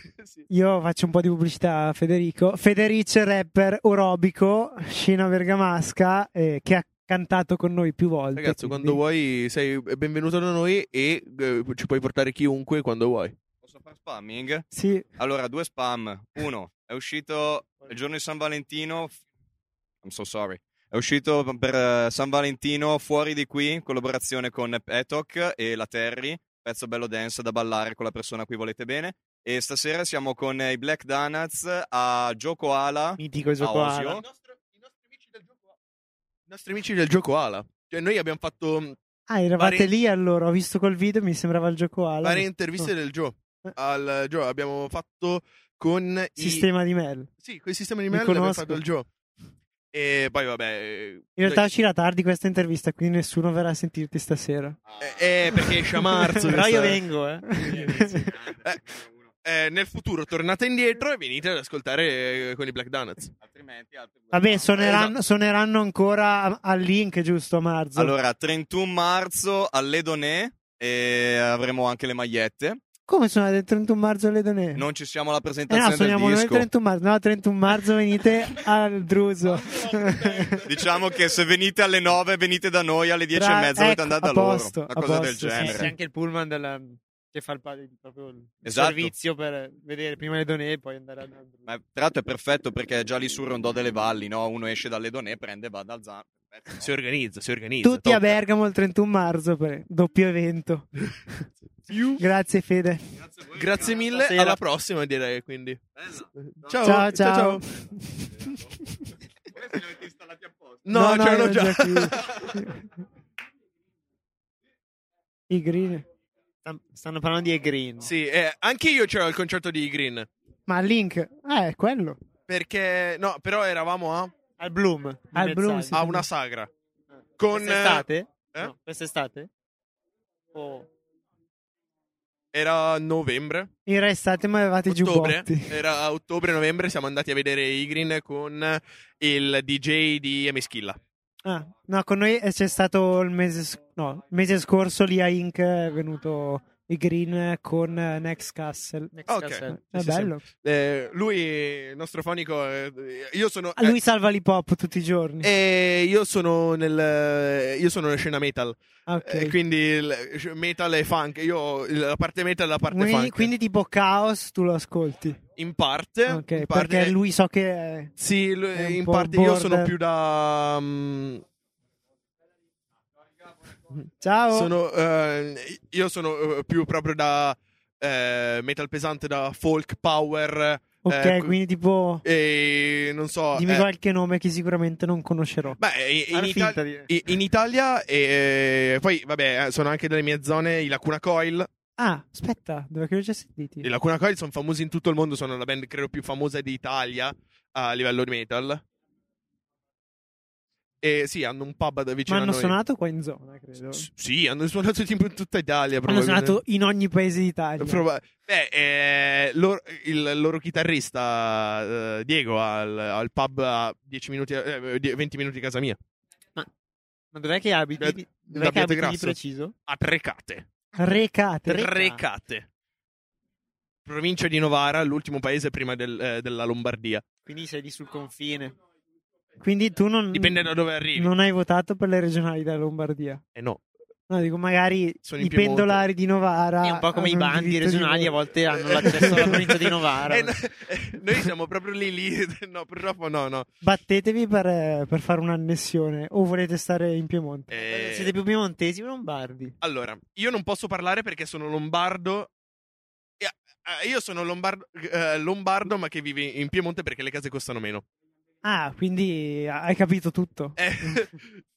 Speaker 2: Io faccio un po' di pubblicità a Federico. Federico, rapper orobico, Scina Bergamasca, eh, che ha cantato con noi più volte.
Speaker 1: Ragazzo,
Speaker 2: quindi-
Speaker 1: quando vuoi sei benvenuto da noi e eh, ci puoi portare chiunque quando vuoi.
Speaker 4: Posso fare spamming?
Speaker 2: Sì,
Speaker 4: Allora, due spam. Uno, è uscito il giorno di San Valentino. I'm so sorry. È uscito per eh, San Valentino Fuori di qui, in collaborazione con Etoc e la Terry. Pezzo bello dance da ballare con la persona a cui volete bene. E stasera siamo con eh, i Black Donuts a Gioco Ala.
Speaker 3: Mitico
Speaker 4: Ah,
Speaker 3: gioco ala.
Speaker 4: Osio?
Speaker 1: I nostri amici del gioco Ala. I nostri amici del gioco Ala. Cioè, noi abbiamo fatto mh,
Speaker 2: ah, eravate
Speaker 1: Vari-
Speaker 2: lì allora. Ho visto col video, mi sembrava il gioco alla.
Speaker 1: varie interviste del Joe.
Speaker 2: Eh.
Speaker 1: Al Joe abbiamo fatto con i
Speaker 2: Sistema di Mel.
Speaker 1: Sì, quel sistema di
Speaker 2: Mi
Speaker 1: mail l'abbiamo
Speaker 2: conosco.
Speaker 1: fatto il Joe. E poi vabbè. eh,
Speaker 2: In realtà
Speaker 1: noi-
Speaker 2: uscirà tardi questa intervista, quindi nessuno verrà a sentirti stasera.
Speaker 1: eh, eh, perché esce a marzo.
Speaker 3: Però
Speaker 1: questa-
Speaker 3: io vengo, eh.
Speaker 1: Eh, eh, nel futuro tornate indietro e venite ad ascoltare eh, con i Black Donuts.
Speaker 4: Altrimenti, altri due
Speaker 2: Vabbè,
Speaker 4: spam.
Speaker 2: suoneranno, suoneranno ancora a- al link, giusto, a marzo.
Speaker 4: Allora, 31 marzo all'Edonè e avremo anche le magliette.
Speaker 2: Come suonate il 31 marzo alle Donè?
Speaker 4: Non ci siamo alla
Speaker 2: eh no,
Speaker 4: presentazione
Speaker 2: suoniamo
Speaker 4: del
Speaker 2: noi il
Speaker 4: disco.
Speaker 2: 31 marzo. No, il 31 marzo venite al Druso.
Speaker 4: Diciamo che se venite alle 9 venite da noi, alle 10
Speaker 2: Tra-
Speaker 4: e mezza
Speaker 2: ecco,
Speaker 4: dovete andare da
Speaker 2: a posto,
Speaker 4: loro.
Speaker 2: a
Speaker 4: Una cosa del
Speaker 2: posto, sì,
Speaker 4: genere.
Speaker 3: C'è Eh, anche il pullman della- che fa il, pa- il proprio il
Speaker 4: Esatto.
Speaker 3: servizio per vedere prima le donne e poi andare al
Speaker 4: Ma tra l'altro è perfetto perché già lì sul rondò delle valli, no? Uno esce dall'Edonè, prende e va dal Zan. Perfetto, no?
Speaker 1: Si organizza, si organizza.
Speaker 2: Tutti a Bergamo il 31 marzo per doppio evento. Grazie Fede.
Speaker 4: Grazie, a voi,
Speaker 1: Grazie mille,
Speaker 3: Stasera.
Speaker 1: alla prossima direi quindi.
Speaker 4: Bella.
Speaker 1: Ciao,
Speaker 2: Ciao ciao.
Speaker 1: ciao, ciao.
Speaker 4: Voi se li avete installati apposta.
Speaker 1: No,
Speaker 2: No, no,
Speaker 1: c'erano
Speaker 2: ero
Speaker 1: già.
Speaker 2: già I green.
Speaker 3: Stan- Stanno parlando di E-Green.
Speaker 1: sì, eh, anche io c'ero al concerto di Green.
Speaker 2: Ma il link, eh, è quello.
Speaker 1: Perché, no, però eravamo a,
Speaker 3: Al Bloom. di
Speaker 2: Al Bloom,
Speaker 3: Mezzali.
Speaker 2: sì.
Speaker 1: a una sagra.
Speaker 3: Eh.
Speaker 1: Ah, Con,
Speaker 3: Quest'estate?
Speaker 1: eh?
Speaker 3: No, quest'estate? O
Speaker 1: Era novembre.
Speaker 2: In restate ma avevate i
Speaker 1: ottobre,
Speaker 2: giubbotti.
Speaker 1: era a ottobre-novembre, siamo andati a vedere i Green con il DJ di Emeschilla.
Speaker 2: Ah, no, con noi eh, c'è stato il mese, sc- no, il mese scorso lì a Inc. è venuto i green con eh, Next Castle. Ah,
Speaker 3: Next
Speaker 1: Ok.
Speaker 3: Castle.
Speaker 2: È
Speaker 1: sì, sì.
Speaker 2: bello.
Speaker 1: Eh, lui, il nostro fonico, eh, io sono...
Speaker 2: Ah, lui salva l'hip hop tutti i giorni.
Speaker 1: eh, eh, io sono nel io sono nella scena metal
Speaker 2: Ah, ok.
Speaker 1: eh, quindi il- metal e funk io ho il- la parte metal e la parte
Speaker 2: quindi,
Speaker 1: funk
Speaker 2: quindi tipo Chaos tu lo ascolti.
Speaker 1: in parte,
Speaker 2: Ok,
Speaker 1: in parte-
Speaker 2: perché lui so che è...
Speaker 1: sì l-
Speaker 2: è un
Speaker 1: in
Speaker 2: po'
Speaker 1: parte io
Speaker 2: border.
Speaker 1: sono più da mm,
Speaker 2: Ciao.
Speaker 1: sono, eh, io sono eh, più proprio da eh, metal pesante da folk power
Speaker 2: ok,
Speaker 1: eh,
Speaker 2: quindi tipo
Speaker 1: E non so.
Speaker 2: dimmi
Speaker 1: eh,
Speaker 2: qualche nome che sicuramente non conoscerò.
Speaker 1: beh, in, in
Speaker 3: Far
Speaker 1: Ita-
Speaker 3: finta di-
Speaker 1: i- in Italia, e poi vabbè, eh, sono anche delle mie zone i Lacuna Coil.
Speaker 2: Ah, aspetta, dove che li ho già sentiti?
Speaker 1: I Lacuna Coil sono famosi in tutto il mondo, sono la band credo più famosa d'Italia a livello di metal. E sì, hanno un pub da vicino
Speaker 2: Ma hanno
Speaker 1: a noi.
Speaker 2: suonato qua in zona, credo.
Speaker 1: S- Sì, hanno suonato tipo in tutta Italia.
Speaker 2: Hanno
Speaker 1: probabilmente.
Speaker 2: suonato in ogni paese d'Italia.
Speaker 1: Proba- Beh, eh, loro- il loro chitarrista eh, Diego al, al pub a 10 minuti, eh, die- 20 minuti di casa mia.
Speaker 3: Ma dov'è che abiti?
Speaker 1: Da-
Speaker 3: Dov'è
Speaker 1: da
Speaker 3: che abiti di
Speaker 1: Pietragrasso.
Speaker 3: preciso?
Speaker 1: A Trecate.
Speaker 2: Recate.
Speaker 3: Tre-
Speaker 1: Trecate. Provincia di Novara, l'ultimo paese prima del- eh, della Lombardia.
Speaker 2: Mm.
Speaker 3: Quindi sei lì sul confine.
Speaker 2: Quindi tu non,
Speaker 1: Dipende da dove arrivi.
Speaker 2: non hai votato per le regionali della Lombardia.
Speaker 1: Eh no.
Speaker 2: No, dico, magari
Speaker 1: Sono
Speaker 2: i
Speaker 1: in Piemonte.
Speaker 2: pendolari di Novara.
Speaker 3: È un po' come i
Speaker 2: Ah, hanno il
Speaker 3: bandi
Speaker 2: diritto di
Speaker 3: regionali, a
Speaker 2: voto.
Speaker 3: volte hanno l'accesso alla provincia di Novara.
Speaker 1: Eh, no, eh, noi siamo proprio lì lì. No, purtroppo no, no.
Speaker 2: Battetevi per, eh, per fare un'annessione. O volete stare in Piemonte?
Speaker 1: Eh,
Speaker 3: Siete più piemontesi o lombardi?
Speaker 1: Allora, io non posso parlare perché sono lombardo. E, eh, Io sono lombardo, eh, lombardo, ma che vive in Piemonte perché le case costano meno.
Speaker 2: Ah, quindi hai capito tutto.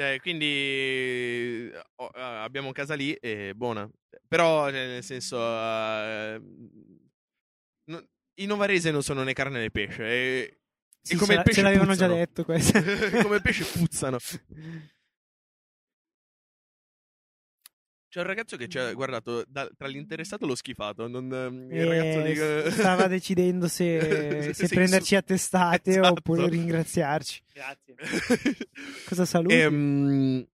Speaker 1: Eh, cioè, quindi eh, ho- eh, abbiamo casa lì e buona. Però, cioè, nel senso, eh, no- i novarese non sono né carne né pesce. eh, E,
Speaker 2: Sì,
Speaker 1: e come
Speaker 2: ce,
Speaker 1: il
Speaker 2: la-
Speaker 1: pesce
Speaker 2: ce l'avevano
Speaker 1: puzzano.
Speaker 2: già detto questo.
Speaker 1: come pesce puzzano. C'è un ragazzo che ci ha guardato da- tra l'interessato e l'ho schifato. non- mm, il ragazzo
Speaker 2: Eh,
Speaker 1: di-
Speaker 2: Stava decidendo se, se
Speaker 1: Sì, sì,
Speaker 2: prenderci
Speaker 1: su-
Speaker 2: a testate
Speaker 1: Esatto.
Speaker 2: oppure ringraziarci.
Speaker 3: Grazie.
Speaker 2: Cosa saluti?
Speaker 1: Ehm,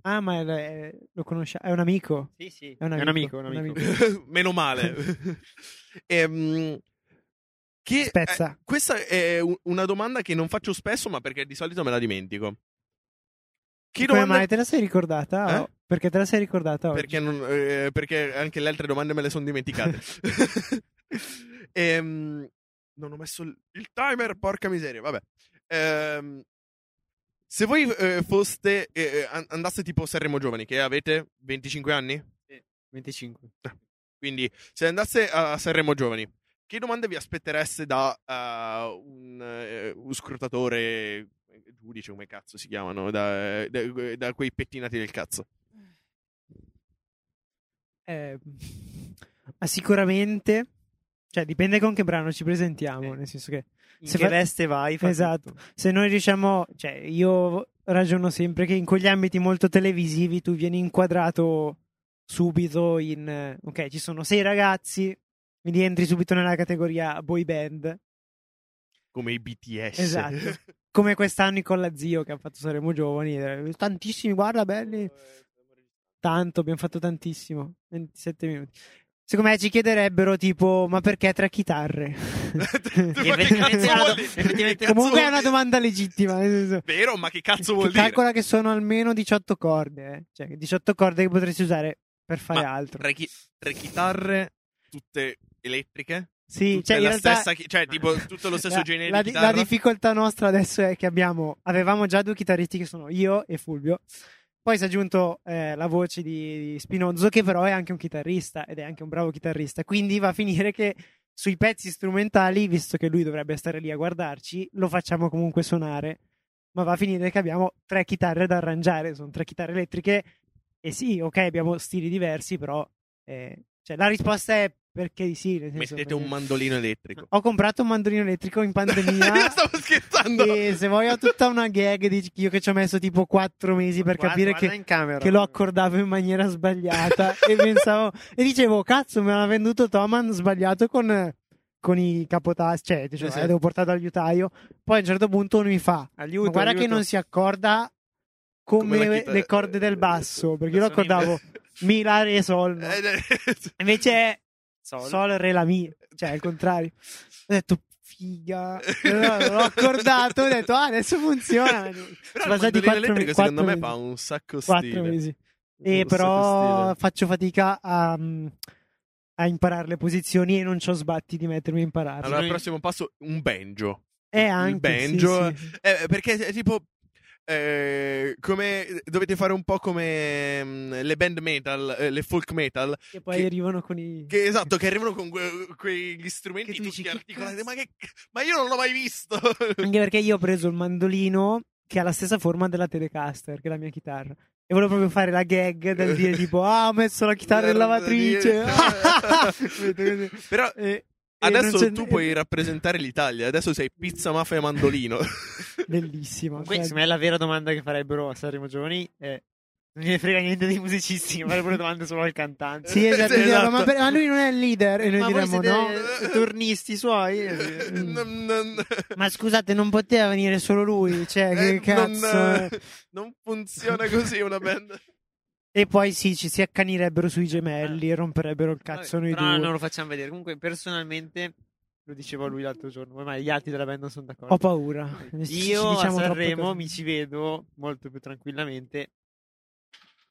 Speaker 2: ah, ma è- lo conosciamo. È un amico.
Speaker 3: Sì, sì.
Speaker 2: È un amico,
Speaker 3: un
Speaker 2: un
Speaker 3: amico.
Speaker 2: amico.
Speaker 1: meno male. Ehm, che,
Speaker 2: Spezza.
Speaker 1: eh, questa è u- una domanda che non faccio spesso, ma perché di solito me la dimentico. Che
Speaker 2: Come
Speaker 1: domanda-
Speaker 2: mai te la sei ricordata?
Speaker 1: Eh?
Speaker 2: o- Perché te la sei ricordata oggi?
Speaker 1: Perché, non- eh, perché anche le altre domande me le sono dimenticate. Ehm, non ho messo il il timer, porca miseria. Vabbè. Ehm, se voi eh, foste, eh, eh, an- andaste tipo Sanremo Giovani, che avete 25 anni?
Speaker 3: 25.
Speaker 1: Quindi, se andaste a Sanremo Giovani, che domande vi aspettereste da eh, un, eh, un scrutatore, eh, giudice, come cazzo si chiamano, da, eh, da- da quei pettinati del cazzo?
Speaker 2: Eh, ma sicuramente. Cioè, dipende con che brano ci presentiamo.
Speaker 3: Sì.
Speaker 2: Nel senso che
Speaker 3: In
Speaker 2: Se
Speaker 3: che
Speaker 2: fa-
Speaker 3: veste vai? fa
Speaker 2: Esatto.
Speaker 3: tutto.
Speaker 2: se noi riusciamo. Cioè, io ragiono sempre che in quegli ambiti molto televisivi tu vieni inquadrato subito in. eh, Ok, ci sono sei ragazzi, quindi entri subito nella categoria boy band.
Speaker 1: Come i BTS.
Speaker 2: Esatto. Come quest'anno Nicola Zio che ha fatto Saremo Giovani. eh, Tantissimi, guarda, belli.
Speaker 1: Eh,
Speaker 2: Tanto, abbiamo fatto tantissimo. 27 minuti. Secondo me ci chiederebbero tipo, ma perché tre chitarre?
Speaker 1: Ma che
Speaker 3: Effettivamente
Speaker 1: cazzo
Speaker 3: è una
Speaker 1: vuol
Speaker 3: do-
Speaker 1: dire?
Speaker 3: effettivamente-
Speaker 1: Che cazzo
Speaker 2: Comunque è
Speaker 1: vuol
Speaker 2: una
Speaker 1: dire?
Speaker 2: domanda legittima. nel senso-
Speaker 1: Vero, ma che cazzo vuol dire?
Speaker 2: Calcola che sono almeno 18 corde, eh. cioè 18 corde che potresti usare per fare
Speaker 1: Ma
Speaker 2: altro.
Speaker 1: Tre, chi- tre chitarre, tutte elettriche?
Speaker 2: Sì,
Speaker 1: tutte
Speaker 2: cioè in
Speaker 1: la
Speaker 2: realtà
Speaker 1: stessa chi- cioè, tipo, tutto lo stesso
Speaker 2: la-
Speaker 1: genere
Speaker 2: la,
Speaker 1: di
Speaker 2: di-
Speaker 1: chitarra?
Speaker 2: la difficoltà nostra adesso è che abbiamo, avevamo già due chitarristi che sono io e Fulvio. Poi si è aggiunto eh, la voce di, di Spinozzo, che però è anche un chitarrista ed è anche un bravo chitarrista. Quindi va a finire che sui pezzi strumentali, visto che lui dovrebbe stare lì a guardarci, lo facciamo comunque suonare. Ma va a finire che abbiamo tre chitarre da arrangiare, sono tre chitarre elettriche. E sì, ok, abbiamo stili diversi, però eh, cioè, la risposta è perché di sì. nel senso,
Speaker 1: Mettete
Speaker 2: perché-
Speaker 1: un mandolino elettrico.
Speaker 2: ho comprato un mandolino elettrico in pandemia.
Speaker 1: Stavo scherzando.
Speaker 2: e se vuoi ho tutta una gag di io che ci ho messo tipo 4 mesi per
Speaker 3: Guarda-
Speaker 2: capire
Speaker 3: guarda
Speaker 2: che,
Speaker 3: in camera.
Speaker 2: che lo accordavo in maniera sbagliata. e pensavo. E dicevo, cazzo, me l'ha venduto Toman sbagliato con. Con i capotassi, cioè, dicevo,
Speaker 3: Sì, sì.
Speaker 2: "Eh, devo portarlo all'aiutaio. Poi a un certo punto uno mi fa:
Speaker 3: Aiuto,
Speaker 2: "Ma Guarda
Speaker 3: aiuto.
Speaker 2: che non si accorda come,
Speaker 1: Come la chitarra-
Speaker 2: le corde del basso. Perché io lo
Speaker 3: Sono in-
Speaker 2: accordavo Mi, La, Re, Sol. no?
Speaker 1: Eh,
Speaker 3: Eh,
Speaker 2: Invece è
Speaker 3: Sol.
Speaker 2: Sol, Re, La, Mi, cioè al contrario. Ho detto figa, Allora, l'ho accordato, ho detto ah, adesso funziona. Sono
Speaker 1: Però il
Speaker 2: passati
Speaker 1: mandolino
Speaker 2: quattro
Speaker 1: elettrico
Speaker 2: mesi-
Speaker 1: secondo me
Speaker 2: quattro
Speaker 1: fa un sacco
Speaker 2: Quattro
Speaker 1: stile.
Speaker 2: mesi. E
Speaker 1: Un
Speaker 2: però
Speaker 1: sacco
Speaker 2: faccio fatica a, mm, a imparare le posizioni e non c'ho sbatti di mettermi a impararle.
Speaker 1: stile. Allora,
Speaker 3: Noi-
Speaker 1: prossimo passo, un banjo.
Speaker 2: e
Speaker 1: il
Speaker 2: anche sì,
Speaker 1: banjo.
Speaker 2: sì, sì.
Speaker 1: Eh, perché è tipo... eh, come dovete fare un po' come mm, le band metal, eh, le folk metal,
Speaker 2: Che poi
Speaker 1: che-
Speaker 2: arrivano con i...
Speaker 1: che esatto, che arrivano con que- quegli strumenti
Speaker 2: Che tu
Speaker 1: tutti
Speaker 2: dici, "Che
Speaker 1: articolati.
Speaker 2: cazzo?"
Speaker 1: Ma, che... ma io non l'ho mai visto.
Speaker 2: Anche perché io ho preso il mandolino che ha la stessa forma della Telecaster, che è la mia chitarra. E volevo proprio fare la gag del dire tipo, ah, ho messo la chitarra in lavatrice.
Speaker 1: Però
Speaker 2: E-
Speaker 1: Adesso
Speaker 2: non c'è-
Speaker 1: tu puoi rappresentare l'Italia, adesso sei pizza, mafia e mandolino.
Speaker 2: Bellissimo.
Speaker 3: Comunque,
Speaker 2: cioè,
Speaker 3: secondo me la vera domanda che farebbero a Sanremo Giovani è: non gliene frega niente dei musicisti, che farebbero domande solo al cantante.
Speaker 2: Sì, esatto,
Speaker 1: Sì,
Speaker 2: diremmo,
Speaker 1: esatto.
Speaker 2: Ma, per- ma lui non è il leader e noi
Speaker 3: Ma voi
Speaker 2: diremmo
Speaker 3: siete
Speaker 2: no.
Speaker 3: turnisti suoi?
Speaker 1: Non- non-
Speaker 2: Ma scusate, non poteva venire solo lui, cioè, Eh, che
Speaker 1: eh,
Speaker 2: cazzo. eh.
Speaker 1: Non, non funziona così una band.
Speaker 2: E poi sì, ci si accanirebbero sui gemelli e romperebbero il cazzo
Speaker 3: Vabbè,
Speaker 2: noi
Speaker 3: però
Speaker 2: due.
Speaker 3: non lo facciamo vedere. Comunque, personalmente, lo dicevo a lui l'altro giorno, ma gli altri della band non sono d'accordo.
Speaker 2: Ho paura. Ci- ci
Speaker 3: Io
Speaker 2: diciamo
Speaker 3: a
Speaker 2: troppe
Speaker 3: Sanremo
Speaker 2: cose.
Speaker 3: mi ci vedo molto più tranquillamente.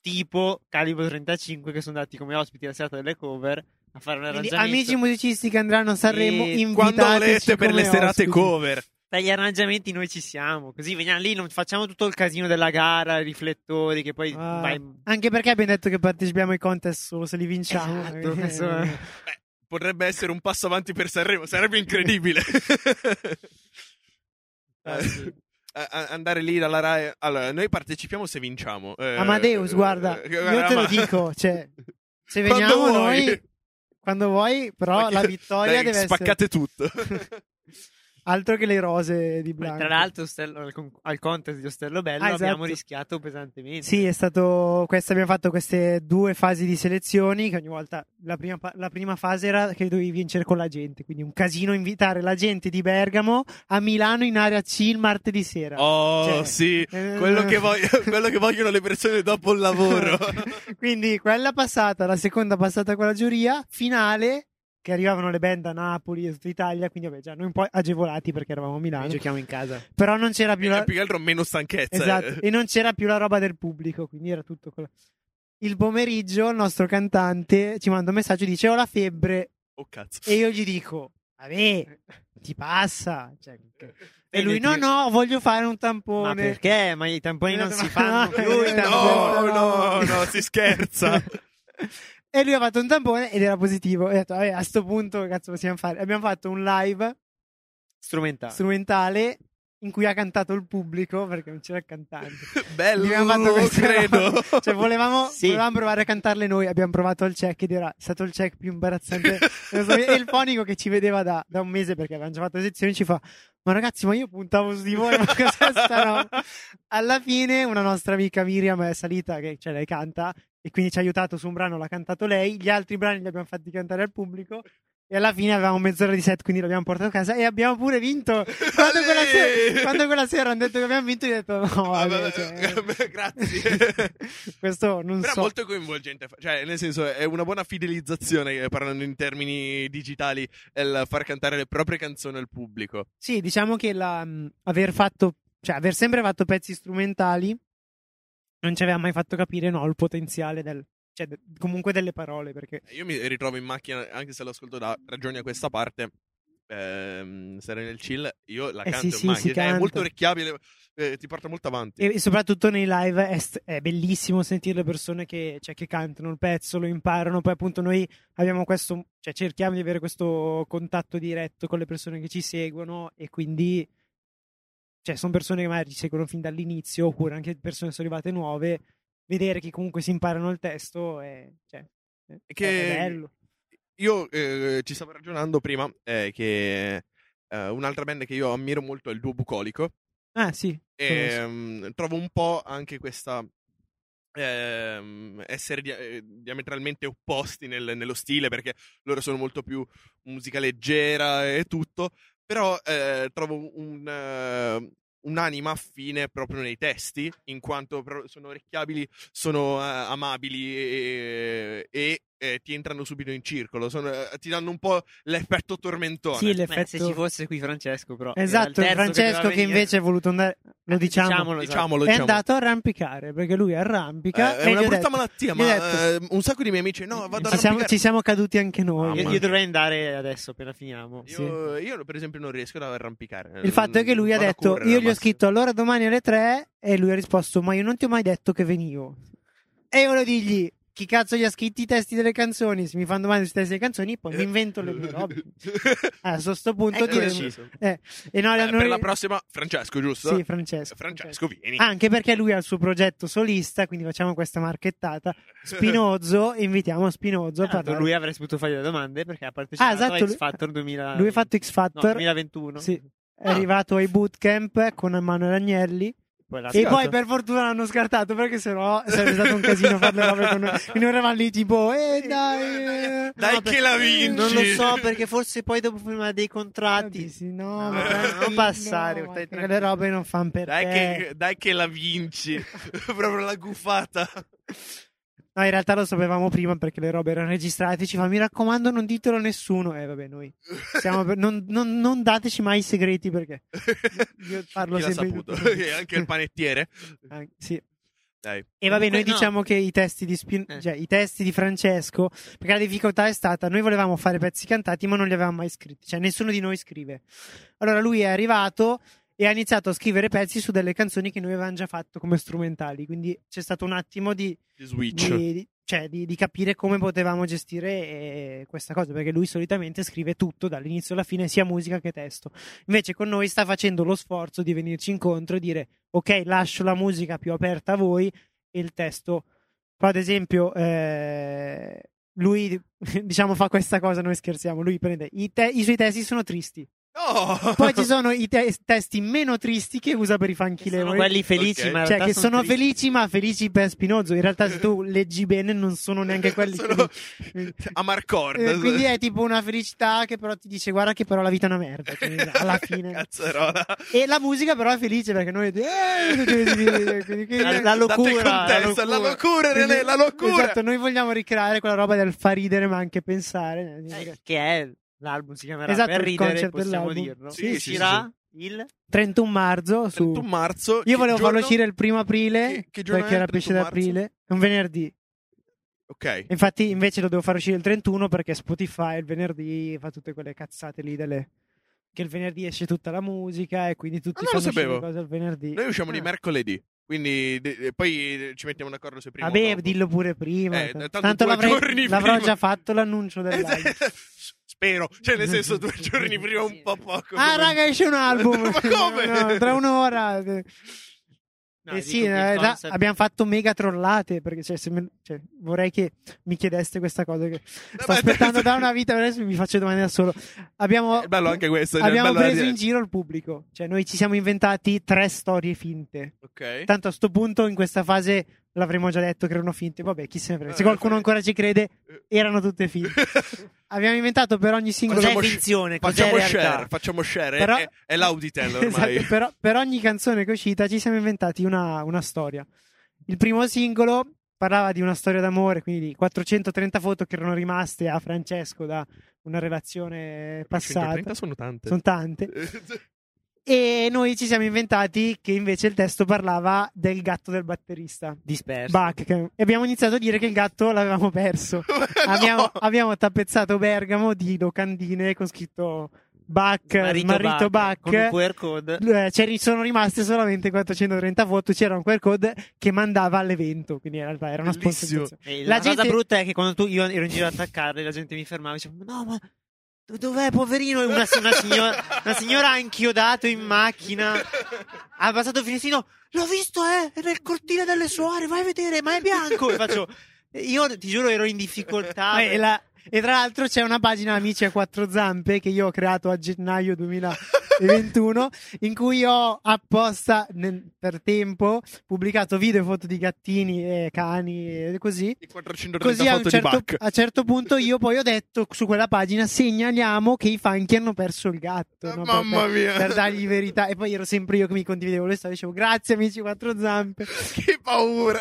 Speaker 3: Tipo Calibro 35 che sono andati come ospiti alla serata delle cover a fare un
Speaker 2: Quindi,
Speaker 3: arrangiamento.
Speaker 2: amici musicisti che andranno a Sanremo,
Speaker 3: E
Speaker 1: Quando
Speaker 2: invitateci
Speaker 1: volete per
Speaker 2: come
Speaker 1: le serate
Speaker 2: ospiti.
Speaker 1: cover.
Speaker 3: Per gli arrangiamenti noi ci siamo. Così veniamo lì, non facciamo tutto il casino della gara, i riflettori che poi
Speaker 2: Ah,
Speaker 3: vai.
Speaker 2: Anche perché abbiamo detto che partecipiamo ai contest solo se li vinciamo.
Speaker 3: Esatto, questo è-
Speaker 1: Beh, potrebbe essere un passo avanti per Sanremo, sarebbe incredibile.
Speaker 3: Ah, sì.
Speaker 1: A- a- andare lì dalla Rai. Allora, noi partecipiamo se vinciamo. Eh,
Speaker 2: Amadeus,
Speaker 1: eh,
Speaker 2: guarda,
Speaker 1: eh,
Speaker 2: io te lo
Speaker 1: ma-
Speaker 2: dico, cioè, se
Speaker 1: Quando
Speaker 2: veniamo
Speaker 1: vuoi.
Speaker 2: noi, quando vuoi, però
Speaker 1: Perché-
Speaker 2: la vittoria
Speaker 1: dai,
Speaker 2: deve essere
Speaker 1: spaccate tutto.
Speaker 2: altro che le rose di
Speaker 3: Poi,
Speaker 2: Blanco.
Speaker 3: Tra l'altro, Ostello- al, con- al contest di Ostello Bello
Speaker 2: Ah, esatto.
Speaker 3: abbiamo rischiato pesantemente.
Speaker 2: Sì, è stato. Questa, abbiamo fatto queste due fasi di selezioni. Che ogni volta la prima, pa- la prima fase era che dovevi vincere con la gente. Quindi un casino invitare la gente di Bergamo a Milano in area C il martedì sera.
Speaker 1: oh,
Speaker 2: Cioè,
Speaker 1: sì.
Speaker 2: eh,
Speaker 1: Quello che, voglio- quello che vogliono le persone dopo il lavoro.
Speaker 2: Quindi quella passata, la seconda passata con la giuria, finale che arrivavano le band da Napoli e tutta Italia, quindi vabbè, già noi un po' agevolati perché eravamo a Milano.
Speaker 3: giochiamo in casa.
Speaker 2: Però non c'era più la...
Speaker 1: E Eh, più che altro meno
Speaker 3: Cioè,
Speaker 1: stanchezza. eh.
Speaker 2: Esatto, e non c'era più la roba del pubblico, quindi era tutto quello. Il pomeriggio il nostro cantante ci manda un messaggio e dice ho la febbre
Speaker 1: Oh, cazzo.
Speaker 2: e io gli dico vabbè, ti passa. Cioè, che- e lui no no, voglio fare un
Speaker 3: Ma
Speaker 2: tampone.
Speaker 3: perché? Ma i tamponi non si fanno più. I
Speaker 2: Eh, No,
Speaker 1: No,
Speaker 3: tamponi.
Speaker 1: no, no, si scherza.
Speaker 2: E lui ha fatto un tampone ed era positivo. E ho detto, vabbè, a sto punto, che cazzo, possiamo fare. Abbiamo fatto un live
Speaker 3: Strumentali.
Speaker 2: strumentale in cui ha cantato il pubblico perché non c'era il cantante.
Speaker 1: Bello,
Speaker 2: Quindi abbiamo fatto questa
Speaker 1: credo.
Speaker 2: roba. Cioè, volevamo,
Speaker 3: Sì.
Speaker 2: volevamo provare a cantarle noi. Abbiamo provato il check ed era stato il check più imbarazzante. della sua vita. e il fonico che ci vedeva da, da un mese perché avevamo già fatto le sezioni ci fa: Ma ragazzi, ma io puntavo su di voi, ma cos'è sta roba? Alla fine, una nostra amica Miriam è salita, che cioè lei canta, e quindi ci ha aiutato su un brano, l'ha cantato lei. Gli altri brani li abbiamo fatti cantare al pubblico. E alla fine avevamo mezz'ora di set, quindi l'abbiamo portato a casa e abbiamo pure vinto. Quando quella, sera, quando quella sera hanno detto che abbiamo vinto, io ho detto: No, vabbè,
Speaker 1: Vabbè, Ah,
Speaker 2: cioè,
Speaker 1: grazie.
Speaker 2: Questo non
Speaker 1: Però è
Speaker 2: so.
Speaker 1: molto coinvolgente, cioè nel senso è una buona fidelizzazione, eh, parlando in termini digitali, è il far cantare le proprie canzoni al pubblico.
Speaker 2: Sì, diciamo che la, mh, aver fatto, cioè aver sempre fatto pezzi strumentali non ci aveva mai fatto capire no, il potenziale del, cioè, de- comunque delle parole. Perché
Speaker 1: Io mi ritrovo in macchina, anche se lo ascolto da ragioni a questa parte, ehm, stare nel chill, io la
Speaker 2: Eh,
Speaker 1: canto
Speaker 2: sì,
Speaker 1: in
Speaker 2: sì,
Speaker 1: macchina,
Speaker 2: si
Speaker 1: cioè, è
Speaker 2: canta.
Speaker 1: molto orecchiabile, eh, ti porta molto avanti.
Speaker 2: e soprattutto nei live è, st- è bellissimo sentire le persone che, cioè, che cantano il pezzo, lo imparano. Poi, appunto, noi abbiamo questo, cioè, cerchiamo di avere questo contatto diretto con le persone che ci seguono. E quindi, cioè, sono persone che magari ci seguono fin dall'inizio, oppure anche persone che sono arrivate nuove. Vedere che comunque si imparano il testo è, cioè, è-
Speaker 1: Che-
Speaker 2: è bello.
Speaker 1: Io eh, ci stavo ragionando prima eh, che eh, un'altra band che io ammiro molto è il duo bucolico.
Speaker 2: Ah, sì.
Speaker 1: E, mm, trovo un po' anche questa ehm, essere dia- eh, diametralmente opposti nel- nello stile perché loro sono molto più musica leggera e tutto però eh, trovo un, eh, un'anima affine proprio nei testi in quanto pro- sono orecchiabili sono eh, amabili e, e, eh, ti entrano subito in circolo sono- eh, ti danno un po' l'effetto tormentone
Speaker 2: Sì,
Speaker 3: Beh,
Speaker 2: l'effetto.
Speaker 3: se ci fosse qui Francesco, però. era
Speaker 2: Esatto,
Speaker 3: il terzo
Speaker 2: Francesco
Speaker 3: doveva
Speaker 2: che,
Speaker 3: venire.
Speaker 2: invece è voluto andare. Lo diciamo.
Speaker 3: Diciamolo, esatto.
Speaker 1: diciamolo
Speaker 2: È
Speaker 1: diciamo.
Speaker 2: andato a arrampicare perché lui arrampica.
Speaker 1: Eh, è
Speaker 2: e
Speaker 1: una
Speaker 2: gli ho
Speaker 1: brutta
Speaker 2: detto-
Speaker 1: malattia,
Speaker 2: gli ho
Speaker 1: ma
Speaker 2: detto-
Speaker 1: eh, un sacco di miei amici. No, vado a
Speaker 2: ci, siamo,
Speaker 1: arrampicare.
Speaker 2: ci siamo caduti anche noi.
Speaker 1: Mamma
Speaker 3: Io,
Speaker 1: mia.
Speaker 3: io dovrei andare adesso, appena finiamo.
Speaker 2: sì.
Speaker 1: Io, io, per esempio, non riesco ad arrampicare.
Speaker 2: Il fatto è che lui ha
Speaker 1: Vado a
Speaker 2: detto:
Speaker 1: correre,
Speaker 2: Io
Speaker 1: al
Speaker 2: gli ho
Speaker 1: massimo.
Speaker 2: scritto allora domani alle 3 e lui ha risposto: Ma io non ti ho mai detto che venivo. E io volevo dirgli: chi cazzo gli ha scritti i testi delle canzoni? Se mi fanno domande sui testi delle canzoni, poi
Speaker 1: Eh.
Speaker 2: mi invento le mie robe. Ah, a sto punto
Speaker 3: Ecco
Speaker 2: direi-
Speaker 3: deciso.
Speaker 2: e no,
Speaker 1: Eh,
Speaker 2: hanno-
Speaker 1: per la prossima, Francesco, giusto?
Speaker 2: Sì, Francesco.
Speaker 1: Francesco, vieni.
Speaker 2: Anche perché lui ha il suo progetto solista, quindi facciamo questa marchettata. Spinozzo, invitiamo Spinozzo a
Speaker 1: Eh,
Speaker 3: Tanto
Speaker 2: parlare.
Speaker 3: lui avreste potuto fare le domande perché ha partecipato
Speaker 2: Ah, esatto,
Speaker 3: a X
Speaker 2: lui-
Speaker 3: Factor 2000...
Speaker 2: Lui ha fatto X
Speaker 3: no,
Speaker 2: Factor.
Speaker 3: 2021.
Speaker 2: Sì. È arrivato ai bootcamp con Manuel Agnelli
Speaker 3: Poi l'ha
Speaker 2: e
Speaker 3: fatto.
Speaker 2: poi per fortuna l'hanno scartato perché sennò sarebbe stato un casino fare le robe con noi. Quindi eravamo lì tipo eh dai eh.
Speaker 1: Dai
Speaker 3: No,
Speaker 1: che
Speaker 3: perché-
Speaker 1: la vinci!
Speaker 3: Non lo so perché forse poi dopo firma dei contratti...
Speaker 2: Sì, no,
Speaker 3: No,
Speaker 2: ma
Speaker 1: no,
Speaker 2: tranquillo,
Speaker 3: non passare,
Speaker 2: ma
Speaker 3: stai
Speaker 2: che
Speaker 3: tranquillo.
Speaker 2: le robe non fanno per
Speaker 1: Dai
Speaker 2: te.
Speaker 1: che, dai che la vinci! Proprio la gufata.
Speaker 2: No, in realtà lo sapevamo prima perché le robe erano registrate. Ci fa, mi raccomando, non ditelo a nessuno. E vabbè, noi siamo per- non, non- non dateci mai i segreti perché io parlo
Speaker 1: Chi l'ha
Speaker 2: sempre di
Speaker 1: saputo?
Speaker 2: tutto.
Speaker 1: Anche il panettiere.
Speaker 2: Ah, sì.
Speaker 1: Dai.
Speaker 2: E vabbè, noi
Speaker 3: Comunque, no.
Speaker 2: diciamo che i testi di Spin-
Speaker 3: Eh.
Speaker 2: cioè, i testi di Francesco, perché la difficoltà è stata, noi volevamo fare pezzi cantati, ma non li avevamo mai scritti, cioè nessuno di noi scrive. Allora lui è arrivato e ha iniziato a scrivere pezzi su delle canzoni che noi avevamo già fatto come strumentali, quindi c'è stato un attimo di
Speaker 1: Di Switch.
Speaker 2: di, di- cioè, di- di capire come potevamo gestire eh, questa cosa, perché lui solitamente scrive tutto dall'inizio alla fine, sia musica che testo. Invece con noi sta facendo lo sforzo di venirci incontro e dire ok, lascio la musica più aperta a voi e il testo. Però ad esempio eh, lui diciamo fa questa cosa, noi scherziamo, lui prende i, te- i suoi testi sono tristi.
Speaker 1: No!
Speaker 2: Poi ci sono i te- testi meno tristi che usa per i
Speaker 3: Che sono
Speaker 2: fanchilevoli
Speaker 3: quelli felici,
Speaker 1: Ok.
Speaker 3: ma in
Speaker 2: cioè,
Speaker 3: realtà
Speaker 2: che sono
Speaker 3: tristi.
Speaker 2: felici, ma felici per Spinozzo. In realtà, se tu leggi bene, non sono neanche quelli.
Speaker 1: Sono
Speaker 2: felici.
Speaker 1: a
Speaker 2: Eh,
Speaker 1: Marcord.
Speaker 2: quindi è tipo una felicità che però ti dice guarda che però la vita è una merda quindi Eh, alla fine
Speaker 1: Cazzarola.
Speaker 2: e la musica però è felice perché noi eh, quindi- quindi-
Speaker 3: La- la locura, la
Speaker 1: Date contesto, la
Speaker 3: locura.
Speaker 1: locura, René, la locura.
Speaker 2: esatto noi vogliamo ricreare quella roba del far ridere ma anche pensare
Speaker 3: Eh, che è l'album si chiamerà
Speaker 2: Esatto,
Speaker 3: Per
Speaker 2: il
Speaker 3: ridere,
Speaker 2: concept
Speaker 3: possiamo
Speaker 2: dell'album.
Speaker 3: dirlo.
Speaker 1: Sì, sì,
Speaker 3: uscirà il
Speaker 2: 31 marzo su
Speaker 1: 31 marzo.
Speaker 2: io
Speaker 1: che
Speaker 2: volevo farlo
Speaker 1: giorno?
Speaker 2: uscire il primo aprile
Speaker 1: Che- che giorno
Speaker 2: perché
Speaker 1: è?
Speaker 2: era pesce
Speaker 1: 31 marzo?
Speaker 2: d'aprile è un venerdì
Speaker 1: Ok.
Speaker 2: Infatti, invece lo devo far uscire il 31 perché Spotify il venerdì fa tutte quelle cazzate lì delle. Che il venerdì esce tutta la musica e quindi tutti
Speaker 1: Ah, non lo
Speaker 2: fanno uscire
Speaker 1: sapevo.
Speaker 2: cose il venerdì.
Speaker 1: Noi usciamo di
Speaker 2: Ah.
Speaker 1: mercoledì. Quindi de- e poi eh, ci mettiamo d'accordo se prima. o
Speaker 2: Vabbè,
Speaker 1: dopo.
Speaker 2: dillo pure prima.
Speaker 1: Eh,
Speaker 2: tanto
Speaker 1: tanto due
Speaker 2: l'avrei,
Speaker 1: giorni
Speaker 2: l'avrò
Speaker 1: prima.
Speaker 2: già fatto l'annuncio del
Speaker 1: Eh,
Speaker 2: live.
Speaker 1: s- Spero, cioè nel senso due giorni prima un po' poco.
Speaker 2: Ah, raga, esce un album!
Speaker 1: Ma come?
Speaker 2: No, no, tra un'ora.
Speaker 3: No,
Speaker 2: eh
Speaker 3: dico
Speaker 2: sì,
Speaker 3: che
Speaker 2: in
Speaker 3: il
Speaker 2: realtà
Speaker 3: concept-
Speaker 2: abbiamo fatto mega trollate. Perché cioè, se me- cioè, vorrei che mi chiedeste questa cosa. Che sto
Speaker 1: Vabbè,
Speaker 2: aspettando
Speaker 1: adesso-
Speaker 2: da una vita, adesso mi faccio domande da solo. Abbiamo,
Speaker 1: È bello anche questo. cioè,
Speaker 2: abbiamo
Speaker 1: è bello da
Speaker 2: preso
Speaker 1: dire.
Speaker 2: in giro il pubblico. Cioè, noi ci siamo inventati tre storie finte.
Speaker 1: Ok.
Speaker 2: Tanto a sto punto, in questa fase, l'avremmo già detto che erano finte. Vabbè, chi se ne frega. Se
Speaker 1: Eh,
Speaker 2: qualcuno
Speaker 1: fai-
Speaker 2: ancora ci crede, erano tutte finte. Abbiamo inventato per ogni singolo.
Speaker 1: Facciamo
Speaker 3: Cos'è
Speaker 1: sci-
Speaker 3: finzione? Cos'è
Speaker 1: facciamo
Speaker 3: realtà?
Speaker 1: share, facciamo share.
Speaker 2: Cioè, Però-
Speaker 1: È, è l'auditel ormai.
Speaker 2: Esatto, però- per ogni canzone che è uscita ci siamo inventati una, una storia. Il primo singolo parlava di una storia d'amore, quindi di 430 foto che erano rimaste a Francesco da una relazione passata.
Speaker 1: 130 sono tante.
Speaker 2: Sono tante. E noi ci siamo inventati che invece il testo parlava del gatto del batterista.
Speaker 3: Eh disperso.
Speaker 2: Buckham. E abbiamo iniziato a dire che il gatto l'avevamo perso. abbiamo, abbiamo tappezzato Bergamo di locandine con scritto Bach, marito, Bach.
Speaker 3: Con un QR code.
Speaker 2: Eh, c'eri- sono rimaste solamente 430 foto. C'era un QR code che mandava all'evento. Quindi in realtà era una
Speaker 1: Bellissimo.
Speaker 2: sponsorizzazione.
Speaker 3: E
Speaker 2: La
Speaker 3: la
Speaker 2: gente-
Speaker 3: cosa brutta è che quando tu, io ero in giro a attaccarli, la gente mi fermava e diceva: No, ma do- dov'è, poverino? E Una, una signora, una signora ha inchiodato in macchina, ha passato il finestrino. L'ho visto, eh, è nel cortile delle suore, vai a vedere, ma è bianco. E faccio. Io ti giuro ero in difficoltà.
Speaker 2: Eh, e, la- e tra l'altro c'è una pagina Amici a quattro zampe che io ho creato a gennaio 2021 in cui ho apposta nel- per tempo pubblicato video e foto di gattini e cani e così
Speaker 1: I 430
Speaker 2: Così a un,
Speaker 1: foto di
Speaker 2: certo,
Speaker 1: Bach.
Speaker 2: a certo punto io poi ho detto su quella pagina segnaliamo che i funky hanno perso il gatto no? Per-
Speaker 1: Mamma
Speaker 2: per,
Speaker 1: mia.
Speaker 2: per dargli verità e poi ero sempre io che mi condividevo le storie dicevo grazie amici quattro zampe
Speaker 1: che paura.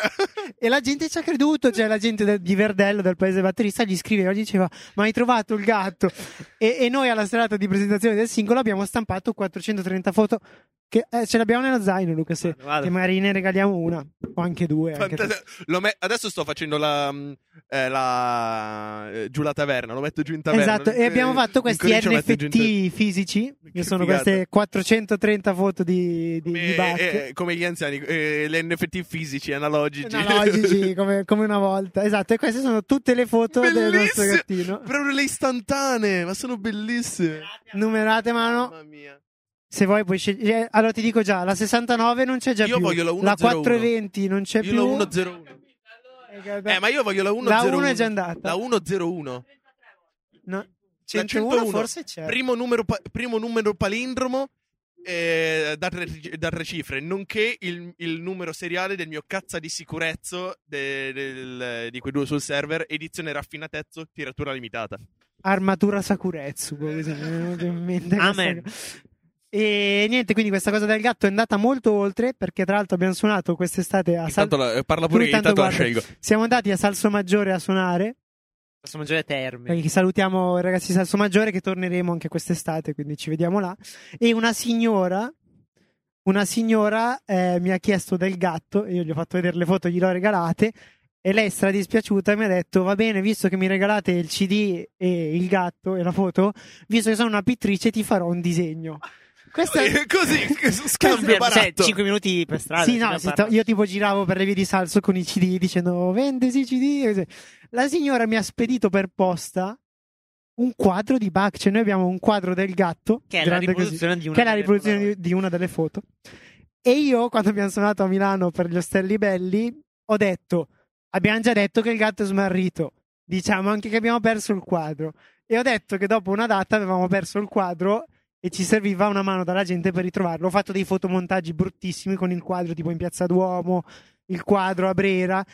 Speaker 2: e la gente ci ha creduto, cioè la gente de- di Verdello, del paese batterista, gli scriveva, gli diceva ma hai trovato il gatto? E, e noi alla serata di presentazione del singolo abbiamo stampato 430 foto Che, eh, ce l'abbiamo nello zaino, Luca. Se,
Speaker 3: Guarda,
Speaker 1: Ah,
Speaker 3: guarda.
Speaker 2: se magari ne regaliamo una, o anche due. anche tre.
Speaker 1: Fantasia- lo me- adesso sto facendo la, mh, eh, la- eh, giù la taverna, lo metto giù in taverna.
Speaker 2: Esatto, e abbiamo fatto questi
Speaker 1: Incomincio a mettere
Speaker 2: NFT
Speaker 1: giù in
Speaker 2: fisici,
Speaker 1: Che
Speaker 2: che sono
Speaker 1: figata.
Speaker 2: queste 430 foto di, di,
Speaker 1: taverna.
Speaker 2: di
Speaker 1: Eh,
Speaker 2: bacche.
Speaker 1: eh, come gli anziani, eh, le NFT fisici, analogici.
Speaker 2: analogici come, come una volta esatto e queste sono tutte le foto del nostro
Speaker 1: Bellissimo.
Speaker 2: gattino
Speaker 1: Proprio le istantanee, ma sono bellissime.
Speaker 2: numerate a mano
Speaker 1: Mamma mia.
Speaker 2: se vuoi puoi scegliere eh, allora ti dico già la 69 non c'è già
Speaker 1: Io
Speaker 2: più
Speaker 1: voglio la
Speaker 2: la
Speaker 1: 101.
Speaker 2: 420 non c'è
Speaker 1: Io
Speaker 2: più
Speaker 1: la 101. Eh, ma io voglio la 101.
Speaker 2: la 1 è già andata
Speaker 1: La 101.
Speaker 2: No,
Speaker 1: La
Speaker 2: 101, forse c'è
Speaker 1: Primo numero, pa- primo numero palindromo eh, da, tre, da tre cifre, nonché il, il numero seriale del mio cazza di sicurezza de- del- di quei due sul server, edizione raffinatezzo, tiratura limitata.
Speaker 2: armatura Sakuretsu boh, così, mi è venuto in mente questa
Speaker 3: Amen.
Speaker 2: cosa. e niente quindi questa cosa del gatto è andata molto oltre perché tra l'altro abbiamo suonato quest'estate a Sal-
Speaker 1: Intanto la- eh, parla pure
Speaker 2: Lui
Speaker 1: io,
Speaker 2: tanto
Speaker 1: intanto la
Speaker 2: guarda.
Speaker 1: scelgo.
Speaker 2: siamo andati a Salso Maggiore a suonare
Speaker 3: Posso mangiare terme.
Speaker 2: Eh, Salutiamo i ragazzi di Salso Maggiore che torneremo anche quest'estate, quindi ci vediamo là. E una signora, una signora eh, mi ha chiesto del gatto, io gli ho fatto vedere le foto, gliele ho regalate e lei stra dispiaciuta mi ha detto va bene, visto che mi regalate il CD e il gatto e la foto, visto che sono una pittrice ti farò un disegno. Questa
Speaker 1: Eh, Così, scambio
Speaker 3: Cioè,
Speaker 1: baratto.
Speaker 3: 5 minuti per strada.
Speaker 2: sì,
Speaker 3: si
Speaker 2: no,
Speaker 3: ne
Speaker 2: sì,
Speaker 3: parla.
Speaker 2: to- io tipo giravo per le vie di Salso con i CD dicendo vendesi i CD. e così. La signora mi ha spedito per posta un quadro di Bach, cioè noi abbiamo un quadro del gatto
Speaker 3: Che è la
Speaker 2: grande così,
Speaker 3: riproduzione di una
Speaker 2: che è la
Speaker 3: delle
Speaker 2: riproduzione
Speaker 3: Polaroid.
Speaker 2: di, di una delle foto. E io quando abbiamo suonato a Milano per gli Ostelli Belli ho detto abbiamo già detto che il gatto è smarrito, diciamo anche che abbiamo perso il quadro e ho detto che dopo una data avevamo perso il quadro e ci serviva una mano dalla gente per ritrovarlo. Ho fatto dei fotomontaggi bruttissimi con il quadro tipo in Piazza Duomo, il quadro a Brera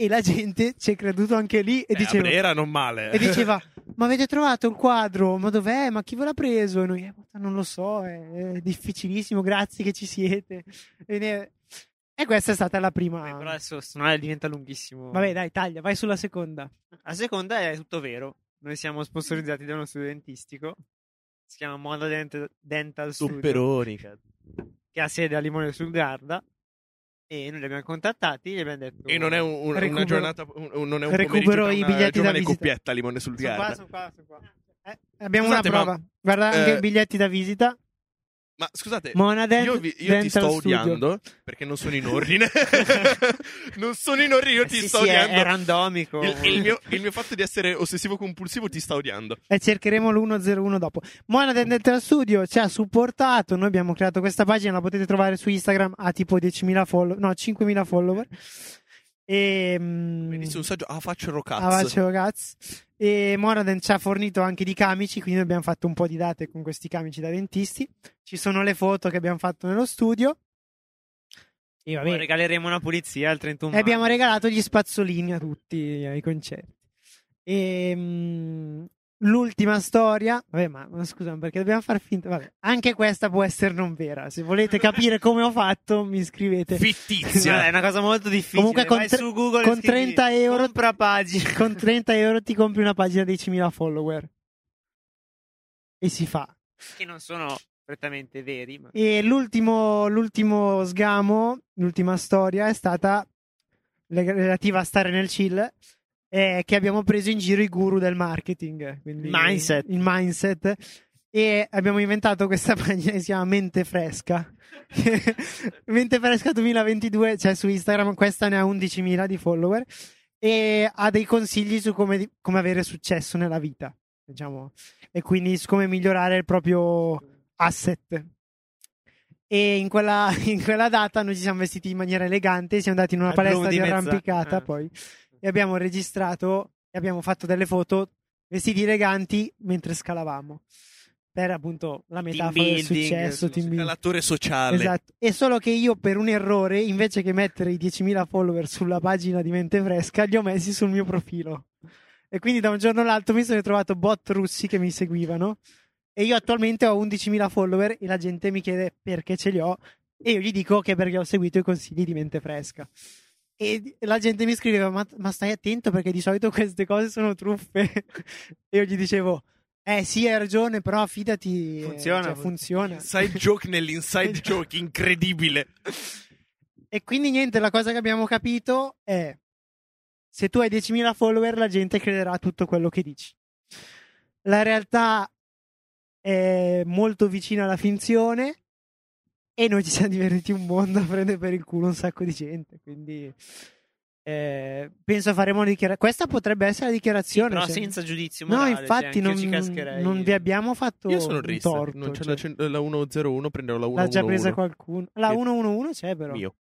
Speaker 2: e la gente ci è creduto anche lì e
Speaker 1: Eh,
Speaker 2: diceva
Speaker 1: Era non male.
Speaker 2: e diceva ma avete trovato il quadro ma dov'è ma chi ve l'ha preso e noi "Eh, puttana, non lo so è, è difficilissimo grazie che ci siete e, ne- e questa è stata la
Speaker 3: Eh, Però
Speaker 2: prima
Speaker 3: adesso suonare diventa lunghissimo.
Speaker 2: vabbè dai taglia vai sulla seconda
Speaker 3: La seconda è tutto vero. Noi siamo sponsorizzati da uno studio dentistico. Si chiama Moda Dent- Dental Studio. Che ha sede a Limone sul Garda. E noi li abbiamo contattati e gli abbiamo detto...
Speaker 1: E eh. non è un- un- una
Speaker 2: Recupero.
Speaker 1: giornata, un- un- non è un pomeriggio
Speaker 2: Recupero
Speaker 1: tra
Speaker 2: i
Speaker 1: una
Speaker 2: biglietti da
Speaker 1: giovane
Speaker 2: visita.
Speaker 1: coppietta limone sul
Speaker 3: Sono qua,
Speaker 1: Garda.
Speaker 3: sono qua, sono qua.
Speaker 2: Eh, abbiamo
Speaker 1: Scusate,
Speaker 2: una prova guarda anche
Speaker 1: eh,
Speaker 2: i biglietti da visita
Speaker 1: Ma scusate,
Speaker 2: Monadent
Speaker 1: io, vi- io ti
Speaker 2: Dental
Speaker 1: sto
Speaker 2: Studio.
Speaker 1: odiando perché non sono in ordine. non sono in ordine, io ti
Speaker 3: Eh, sì,
Speaker 1: sto
Speaker 3: sì, è-
Speaker 1: odiando.
Speaker 3: È, randomico.
Speaker 1: Il, il mio, il mio fatto di essere ossessivo compulsivo ti sta odiando.
Speaker 2: e cercheremo l'101 dopo. Moana Dental Studio ci ha supportato, noi abbiamo creato questa pagina, la potete trovare su Instagram, ha tipo 10.000 follower, no 5.000 follower. E, mm,
Speaker 1: Quindi un saggio, ah, faccio rocazzo.
Speaker 2: ah, faccio cazzo. E Monaden ci ha fornito anche di camici, quindi abbiamo fatto un po' di date con questi camici da dentisti. Ci sono le foto che abbiamo fatto nello studio. E va
Speaker 3: Poi
Speaker 2: bene.
Speaker 3: regaleremo una pulizia al 31
Speaker 2: E
Speaker 3: maggio.
Speaker 2: abbiamo regalato gli spazzolini a tutti ai concerti. E, mm, l'ultima storia, vabbè, ma, ma scusa, ma perché dobbiamo far finta? Vabbè, anche questa può essere non vera. Se volete capire come ho fatto, mi scrivete.
Speaker 3: Sì, vabbè,
Speaker 1: Fittizia.
Speaker 3: è una cosa molto difficile.
Speaker 2: Comunque con,
Speaker 3: Vai
Speaker 2: tre-
Speaker 3: su Google e
Speaker 2: con
Speaker 3: scrivi,
Speaker 2: 30 euro,
Speaker 3: Compra pagina.
Speaker 2: con 30 euro ti compri una pagina di 10.000 follower. E si fa.
Speaker 3: Che non sono prettamente veri, ma...
Speaker 2: E l'ultimo, l'ultimo sgamo, l'ultima storia è stata leg- relativa a stare nel chill, eh, che abbiamo preso in giro i guru del marketing. Quindi
Speaker 3: Il mindset.
Speaker 2: Il mindset. E abbiamo inventato questa pagina che si chiama Mente Fresca. Mente Fresca 2022, c'è su Instagram, questa ne ha 11.000 di follower e ha dei consigli su come, di- come avere successo nella vita, diciamo, e quindi su come migliorare il proprio asset. E in quella, in quella data noi ci siamo vestiti in maniera elegante, siamo andati in una
Speaker 3: Al
Speaker 2: palestra
Speaker 3: Blue
Speaker 2: di,
Speaker 3: di Mezza-
Speaker 2: arrampicata
Speaker 3: ah.
Speaker 2: poi e abbiamo registrato e abbiamo fatto delle foto vestiti eleganti mentre scalavamo per appunto la metafora del
Speaker 3: building,
Speaker 2: successo,
Speaker 3: sono
Speaker 2: team building.
Speaker 1: L'attore sociale.
Speaker 2: Esatto. E solo che io per un errore, invece che mettere i 10.000 follower sulla pagina di Mente Fresca, li ho messi sul mio profilo. E quindi da un giorno all'altro mi sono trovato bot russi che mi seguivano. E io attualmente ho 11.000 follower e la gente mi chiede perché ce li ho. E io gli dico che è perché ho seguito i consigli di Mente Fresca. E di- la gente mi scriveva: ma, ma stai attento perché di solito queste cose sono truffe. e io gli dicevo: Eh sì, hai ragione, però fidati. eh,
Speaker 3: Funziona.
Speaker 2: cioè, funziona.
Speaker 1: Inside joke nell'inside
Speaker 2: Esatto.
Speaker 1: joke, incredibile.
Speaker 2: E quindi niente, la cosa che abbiamo capito è se tu hai 10.000 follower la gente crederà a tutto quello che dici. La realtà è molto vicina alla finzione e noi ci siamo divertiti un mondo a prendere per il culo un sacco di gente, quindi eh, penso faremo una dichiarazione. Questa potrebbe essere la dichiarazione.
Speaker 3: Però
Speaker 2: cioè-
Speaker 3: senza giudizio
Speaker 2: No,
Speaker 3: morale,
Speaker 2: infatti
Speaker 3: cioè, anch'io
Speaker 2: non,
Speaker 3: ci cascherei.
Speaker 2: non vi abbiamo fatto
Speaker 1: Io sono
Speaker 2: un
Speaker 1: Riz.
Speaker 2: torto.
Speaker 1: Non c'è
Speaker 2: cioè,
Speaker 1: la, la 101, prenderò la 111.
Speaker 2: l'ha già presa qualcuno. La
Speaker 1: Sì.
Speaker 2: 111 c'è però.
Speaker 1: Mio.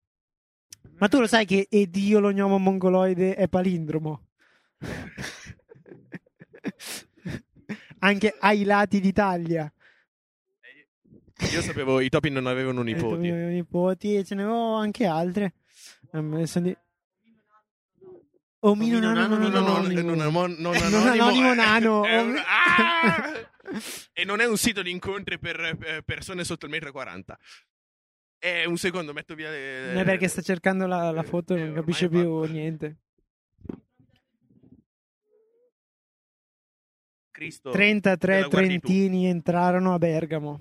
Speaker 2: Ma tu lo sai che Edio l'ognomo mongoloide è palindromo? Anche ai lati d'Italia.
Speaker 1: Io sapevo i topi non avevano nipoti.
Speaker 2: Eh, nipoti, e ce ne ho anche altre. Eh, me ne sono di- Omino
Speaker 3: Omino
Speaker 2: nano
Speaker 3: nano,
Speaker 2: non
Speaker 1: No, no, no,
Speaker 2: anonimo. Eh,
Speaker 1: non amo- non
Speaker 2: Non
Speaker 1: anonimo,
Speaker 2: anonimo
Speaker 1: è-
Speaker 2: nano.
Speaker 1: è un-
Speaker 2: Om-
Speaker 1: Ah! E non è un sito di incontri per eh, persone sotto il metro e 40. È un secondo, metto via le...
Speaker 2: Non è perché sta cercando la, la foto,
Speaker 1: Eh,
Speaker 2: non
Speaker 1: ormai
Speaker 2: capisce
Speaker 1: è
Speaker 2: più
Speaker 1: fatto.
Speaker 2: niente.
Speaker 1: Cristo.
Speaker 2: 33
Speaker 1: Te la guardi tu.
Speaker 2: trentini entrarono a Bergamo.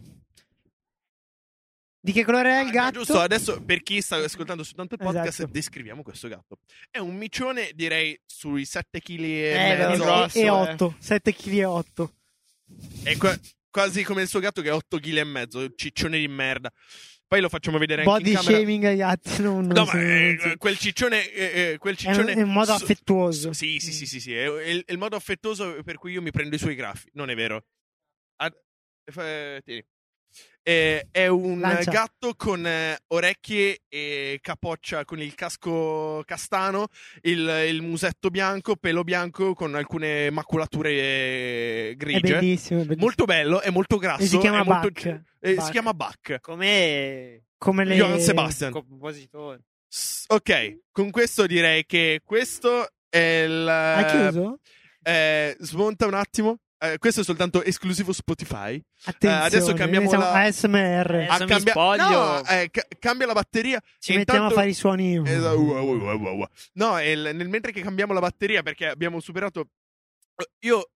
Speaker 2: Di che colore è il
Speaker 1: Ah,
Speaker 2: gatto?
Speaker 1: Giusto, adesso per chi sta ascoltando soltanto il podcast,
Speaker 2: Esatto.
Speaker 1: descriviamo questo gatto. È un micione, direi, sui 7 kg e
Speaker 3: Eh,
Speaker 2: E-
Speaker 1: mezzo.
Speaker 3: grosso,
Speaker 2: e
Speaker 3: eh.
Speaker 2: 8, 7 kg e 8.
Speaker 1: È qua- quasi come il suo gatto che è 8 kg e mezzo, ciccione di merda. Poi lo facciamo vedere anche
Speaker 2: Body
Speaker 1: in camera.
Speaker 2: shaming agli atti non, non
Speaker 1: No,
Speaker 2: si-
Speaker 1: ma eh,
Speaker 2: non si-
Speaker 1: quel ciccione, eh, eh, quel
Speaker 2: è, un-
Speaker 1: ciccione
Speaker 2: è in modo
Speaker 1: su-
Speaker 2: affettuoso. Mm.
Speaker 1: Sì, sì, sì, sì, sì, È, è il, è il modo affettuoso per cui io mi prendo i suoi graffi. Non è vero. Ah, fa- tieni. Eh, è un
Speaker 2: Lancia.
Speaker 1: gatto con eh, orecchie e capoccia con il casco castano, il, il musetto bianco, pelo bianco con alcune maculature eh,
Speaker 2: È
Speaker 1: grigie.
Speaker 2: bellissimo, è bellissimo.
Speaker 1: molto bello, è molto grasso.
Speaker 2: e si chiama
Speaker 1: è molto-
Speaker 2: Bach,
Speaker 1: eh,
Speaker 2: Bach.
Speaker 1: si chiama Bach.
Speaker 3: Come
Speaker 2: come le...
Speaker 1: Johann Sebastian.
Speaker 3: compositore.
Speaker 1: S- ok, con questo direi che questo è il...
Speaker 2: Ha chiuso?
Speaker 1: Eh, smonta un attimo. Eh, questo è soltanto esclusivo Spotify.
Speaker 2: Attenzione,
Speaker 1: adesso
Speaker 2: noi
Speaker 1: cambiamo
Speaker 2: siamo
Speaker 1: la- Ah,
Speaker 2: ASMR.
Speaker 3: Adesso mi spoglio.
Speaker 1: No, eh, ca- cambia la batteria.
Speaker 2: Ci
Speaker 1: e
Speaker 2: mettiamo a
Speaker 1: intanto-
Speaker 2: fare i suoni.
Speaker 1: Eh, uh, uh, uh, uh, uh. No, è il- nel mentre che cambiamo la batteria, perché abbiamo superato. Io.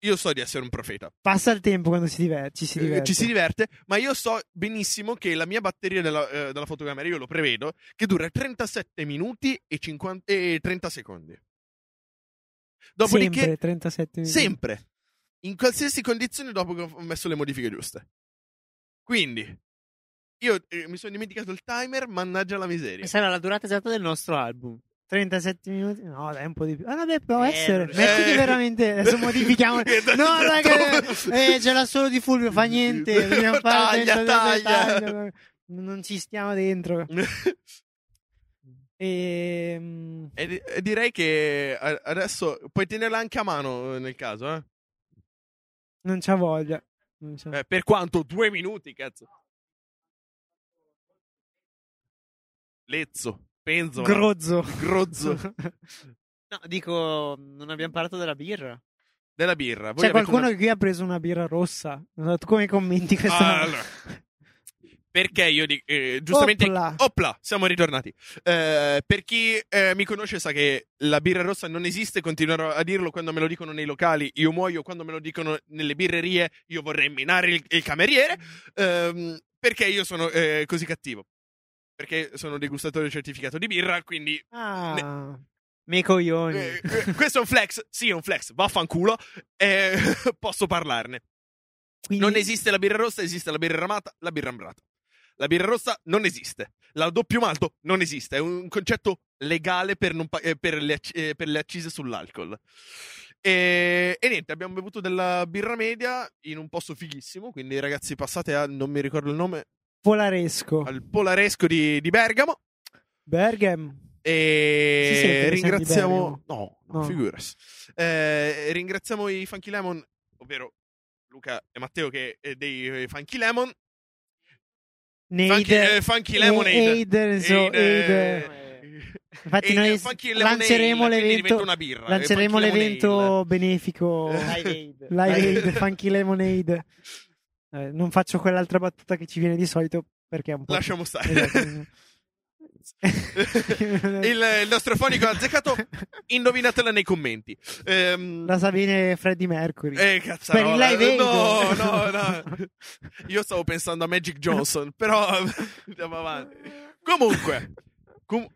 Speaker 1: Io so di essere un profeta.
Speaker 2: Passa il tempo quando si diver- ci si
Speaker 1: Eh,
Speaker 2: diverte.
Speaker 1: Ci si diverte, ma io so benissimo che la mia batteria della, eh, della fotocamera, io lo prevedo, che dura 37 minuti e, 50 e 30 secondi. Dopodiché,
Speaker 2: Sempre, 37 minuti.
Speaker 1: Sempre. In qualsiasi condizione dopo che ho messo le modifiche giuste. Quindi, io eh, mi sono dimenticato il timer, mannaggia la miseria.
Speaker 2: Esatto,
Speaker 3: Sarà la durata esatta del nostro album.
Speaker 2: 37 minuti? No, dai, un po' di più. Ah, vabbè, può
Speaker 3: Eh,
Speaker 2: essere.
Speaker 3: non so.
Speaker 2: Metti che
Speaker 1: Eh.
Speaker 2: veramente. Adesso modifichiamo.
Speaker 1: Eh, da-
Speaker 2: No,
Speaker 1: da-
Speaker 2: raga,
Speaker 1: da-
Speaker 2: eh, ce l'ha solo di Fulvio, fa niente. Dobbiamo fare
Speaker 1: Taglia,
Speaker 2: senza- senza
Speaker 1: taglia.
Speaker 2: taglio. Non ci stiamo dentro. Ehm,
Speaker 1: e, di- e direi che a- adesso puoi tenerla anche a mano eh, nel caso, eh?
Speaker 2: non c'ha voglia. Non c'ha-
Speaker 1: Eh, per quanto? Due minuti, cazzo. Lezzo, penzo,
Speaker 2: Grozzo.
Speaker 1: grozzo
Speaker 3: No, dico, non abbiamo parlato della birra.
Speaker 1: della birra. Voi avete
Speaker 2: C'è qualcuno
Speaker 1: una-
Speaker 2: che qui ha preso una birra rossa. Non so, tu come commenti
Speaker 1: Ah,
Speaker 2: questa?
Speaker 1: allora. Perché io dico, eh, giustamente,
Speaker 2: Opla.
Speaker 1: Opla, siamo ritornati. Eh, per chi eh, mi conosce sa che la birra rossa non esiste, continuerò a dirlo quando me lo dicono nei locali, io muoio quando me lo dicono nelle birrerie, io vorrei minare il, il cameriere, Ehm, perché io sono eh, così cattivo. Perché sono degustatore certificato di birra, quindi
Speaker 2: Ah,
Speaker 3: Me coglioni.
Speaker 1: eh, eh, questo è un flex, sì è un flex, vaffanculo, eh, posso parlarne.
Speaker 2: quindi-
Speaker 1: Non esiste la birra rossa, esiste la birra ramata, la birra ambrata. La birra rossa non esiste. La doppio malto non esiste. È un concetto legale per, non pa- eh, per le, acc- eh, per le accise sull'alcol. E, e niente, abbiamo bevuto della birra media in un posto fighissimo. Quindi, ragazzi, passate a non mi ricordo il nome,
Speaker 2: Polaresco.
Speaker 1: al Polaresco di, di Bergamo.
Speaker 2: Bergam.
Speaker 1: E
Speaker 2: Si sente che siamo
Speaker 1: ringraziamo.
Speaker 2: di
Speaker 1: No, no,
Speaker 2: No.
Speaker 1: figurati. Eh, ringraziamo i Funky Lemon, ovvero Luca e Matteo, che eh, dei eh, Funky Lemon. Funky, eh,
Speaker 2: Neider.
Speaker 1: funky Lemonade.
Speaker 2: Eider, Eh, so,
Speaker 1: Eider,
Speaker 2: Eider. Infatti
Speaker 1: Eider
Speaker 2: noi
Speaker 1: Funky
Speaker 2: lanceremo
Speaker 1: Lemonade, quindi diventa
Speaker 2: l'evento,
Speaker 1: una birra. eh,
Speaker 2: lanceremo
Speaker 1: Funky Lemonade.
Speaker 2: l'evento benefico
Speaker 3: Live Aid.
Speaker 2: Live Aid, Funky Lemonade. Eh, non faccio quell'altra battuta che ci viene di solito perché è un po'...
Speaker 1: Lasciamo stare.
Speaker 2: Esatto.
Speaker 1: Cazzo. il, il nostro fonico ha azzeccato. Indovinatela nei commenti. Ehm,
Speaker 2: La Sabine Freddy Mercury.
Speaker 1: eh, cazzarola.
Speaker 2: Per il live aid.
Speaker 1: No, no, no. Io stavo pensando a Magic Johnson, però andiamo avanti. Comunque, com-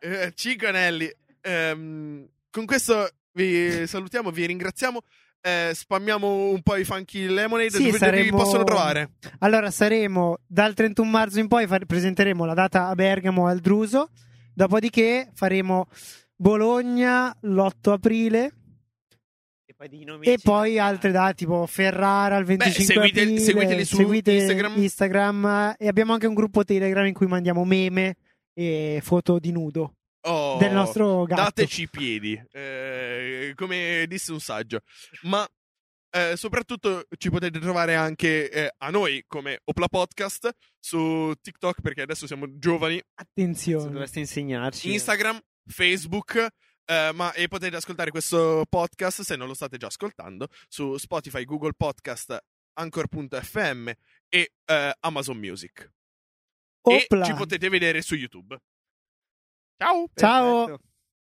Speaker 1: eh, Cinque Anelli, ehm, con questo vi salutiamo, vi ringraziamo. eh, spammiamo un po' i funky lemonade
Speaker 2: Sì,
Speaker 1: dove, dove vi
Speaker 2: saremo-
Speaker 1: possono trovare
Speaker 2: Allora saremo dal 31 marzo in poi fare- presenteremo la data a Bergamo al Druso, dopodiché faremo Bologna l'8 aprile
Speaker 3: E poi, di nomi
Speaker 2: e
Speaker 3: ci-
Speaker 2: poi altre date tipo Ferrara il 25
Speaker 1: seguite-
Speaker 2: aprile,
Speaker 1: seguiteli su
Speaker 2: seguite
Speaker 1: Instagram.
Speaker 2: Instagram, e abbiamo anche un gruppo Telegram in cui mandiamo meme e foto di nudo
Speaker 1: Oh,
Speaker 2: del nostro gatto.
Speaker 1: dateci i piedi eh, come disse un saggio ma eh, soprattutto ci potete trovare anche eh, a noi come Opla Podcast su TikTok perché adesso siamo giovani
Speaker 3: Se
Speaker 2: Attenzione.
Speaker 3: dovreste insegnarci.
Speaker 1: Instagram, Facebook eh, ma, e potete ascoltare questo podcast se non lo state già ascoltando su Spotify, Google Podcast Anchor.fm e eh, Amazon Music
Speaker 2: Opla.
Speaker 1: e ci potete vedere su YouTube ciao
Speaker 2: Ciao.
Speaker 3: Perfetto.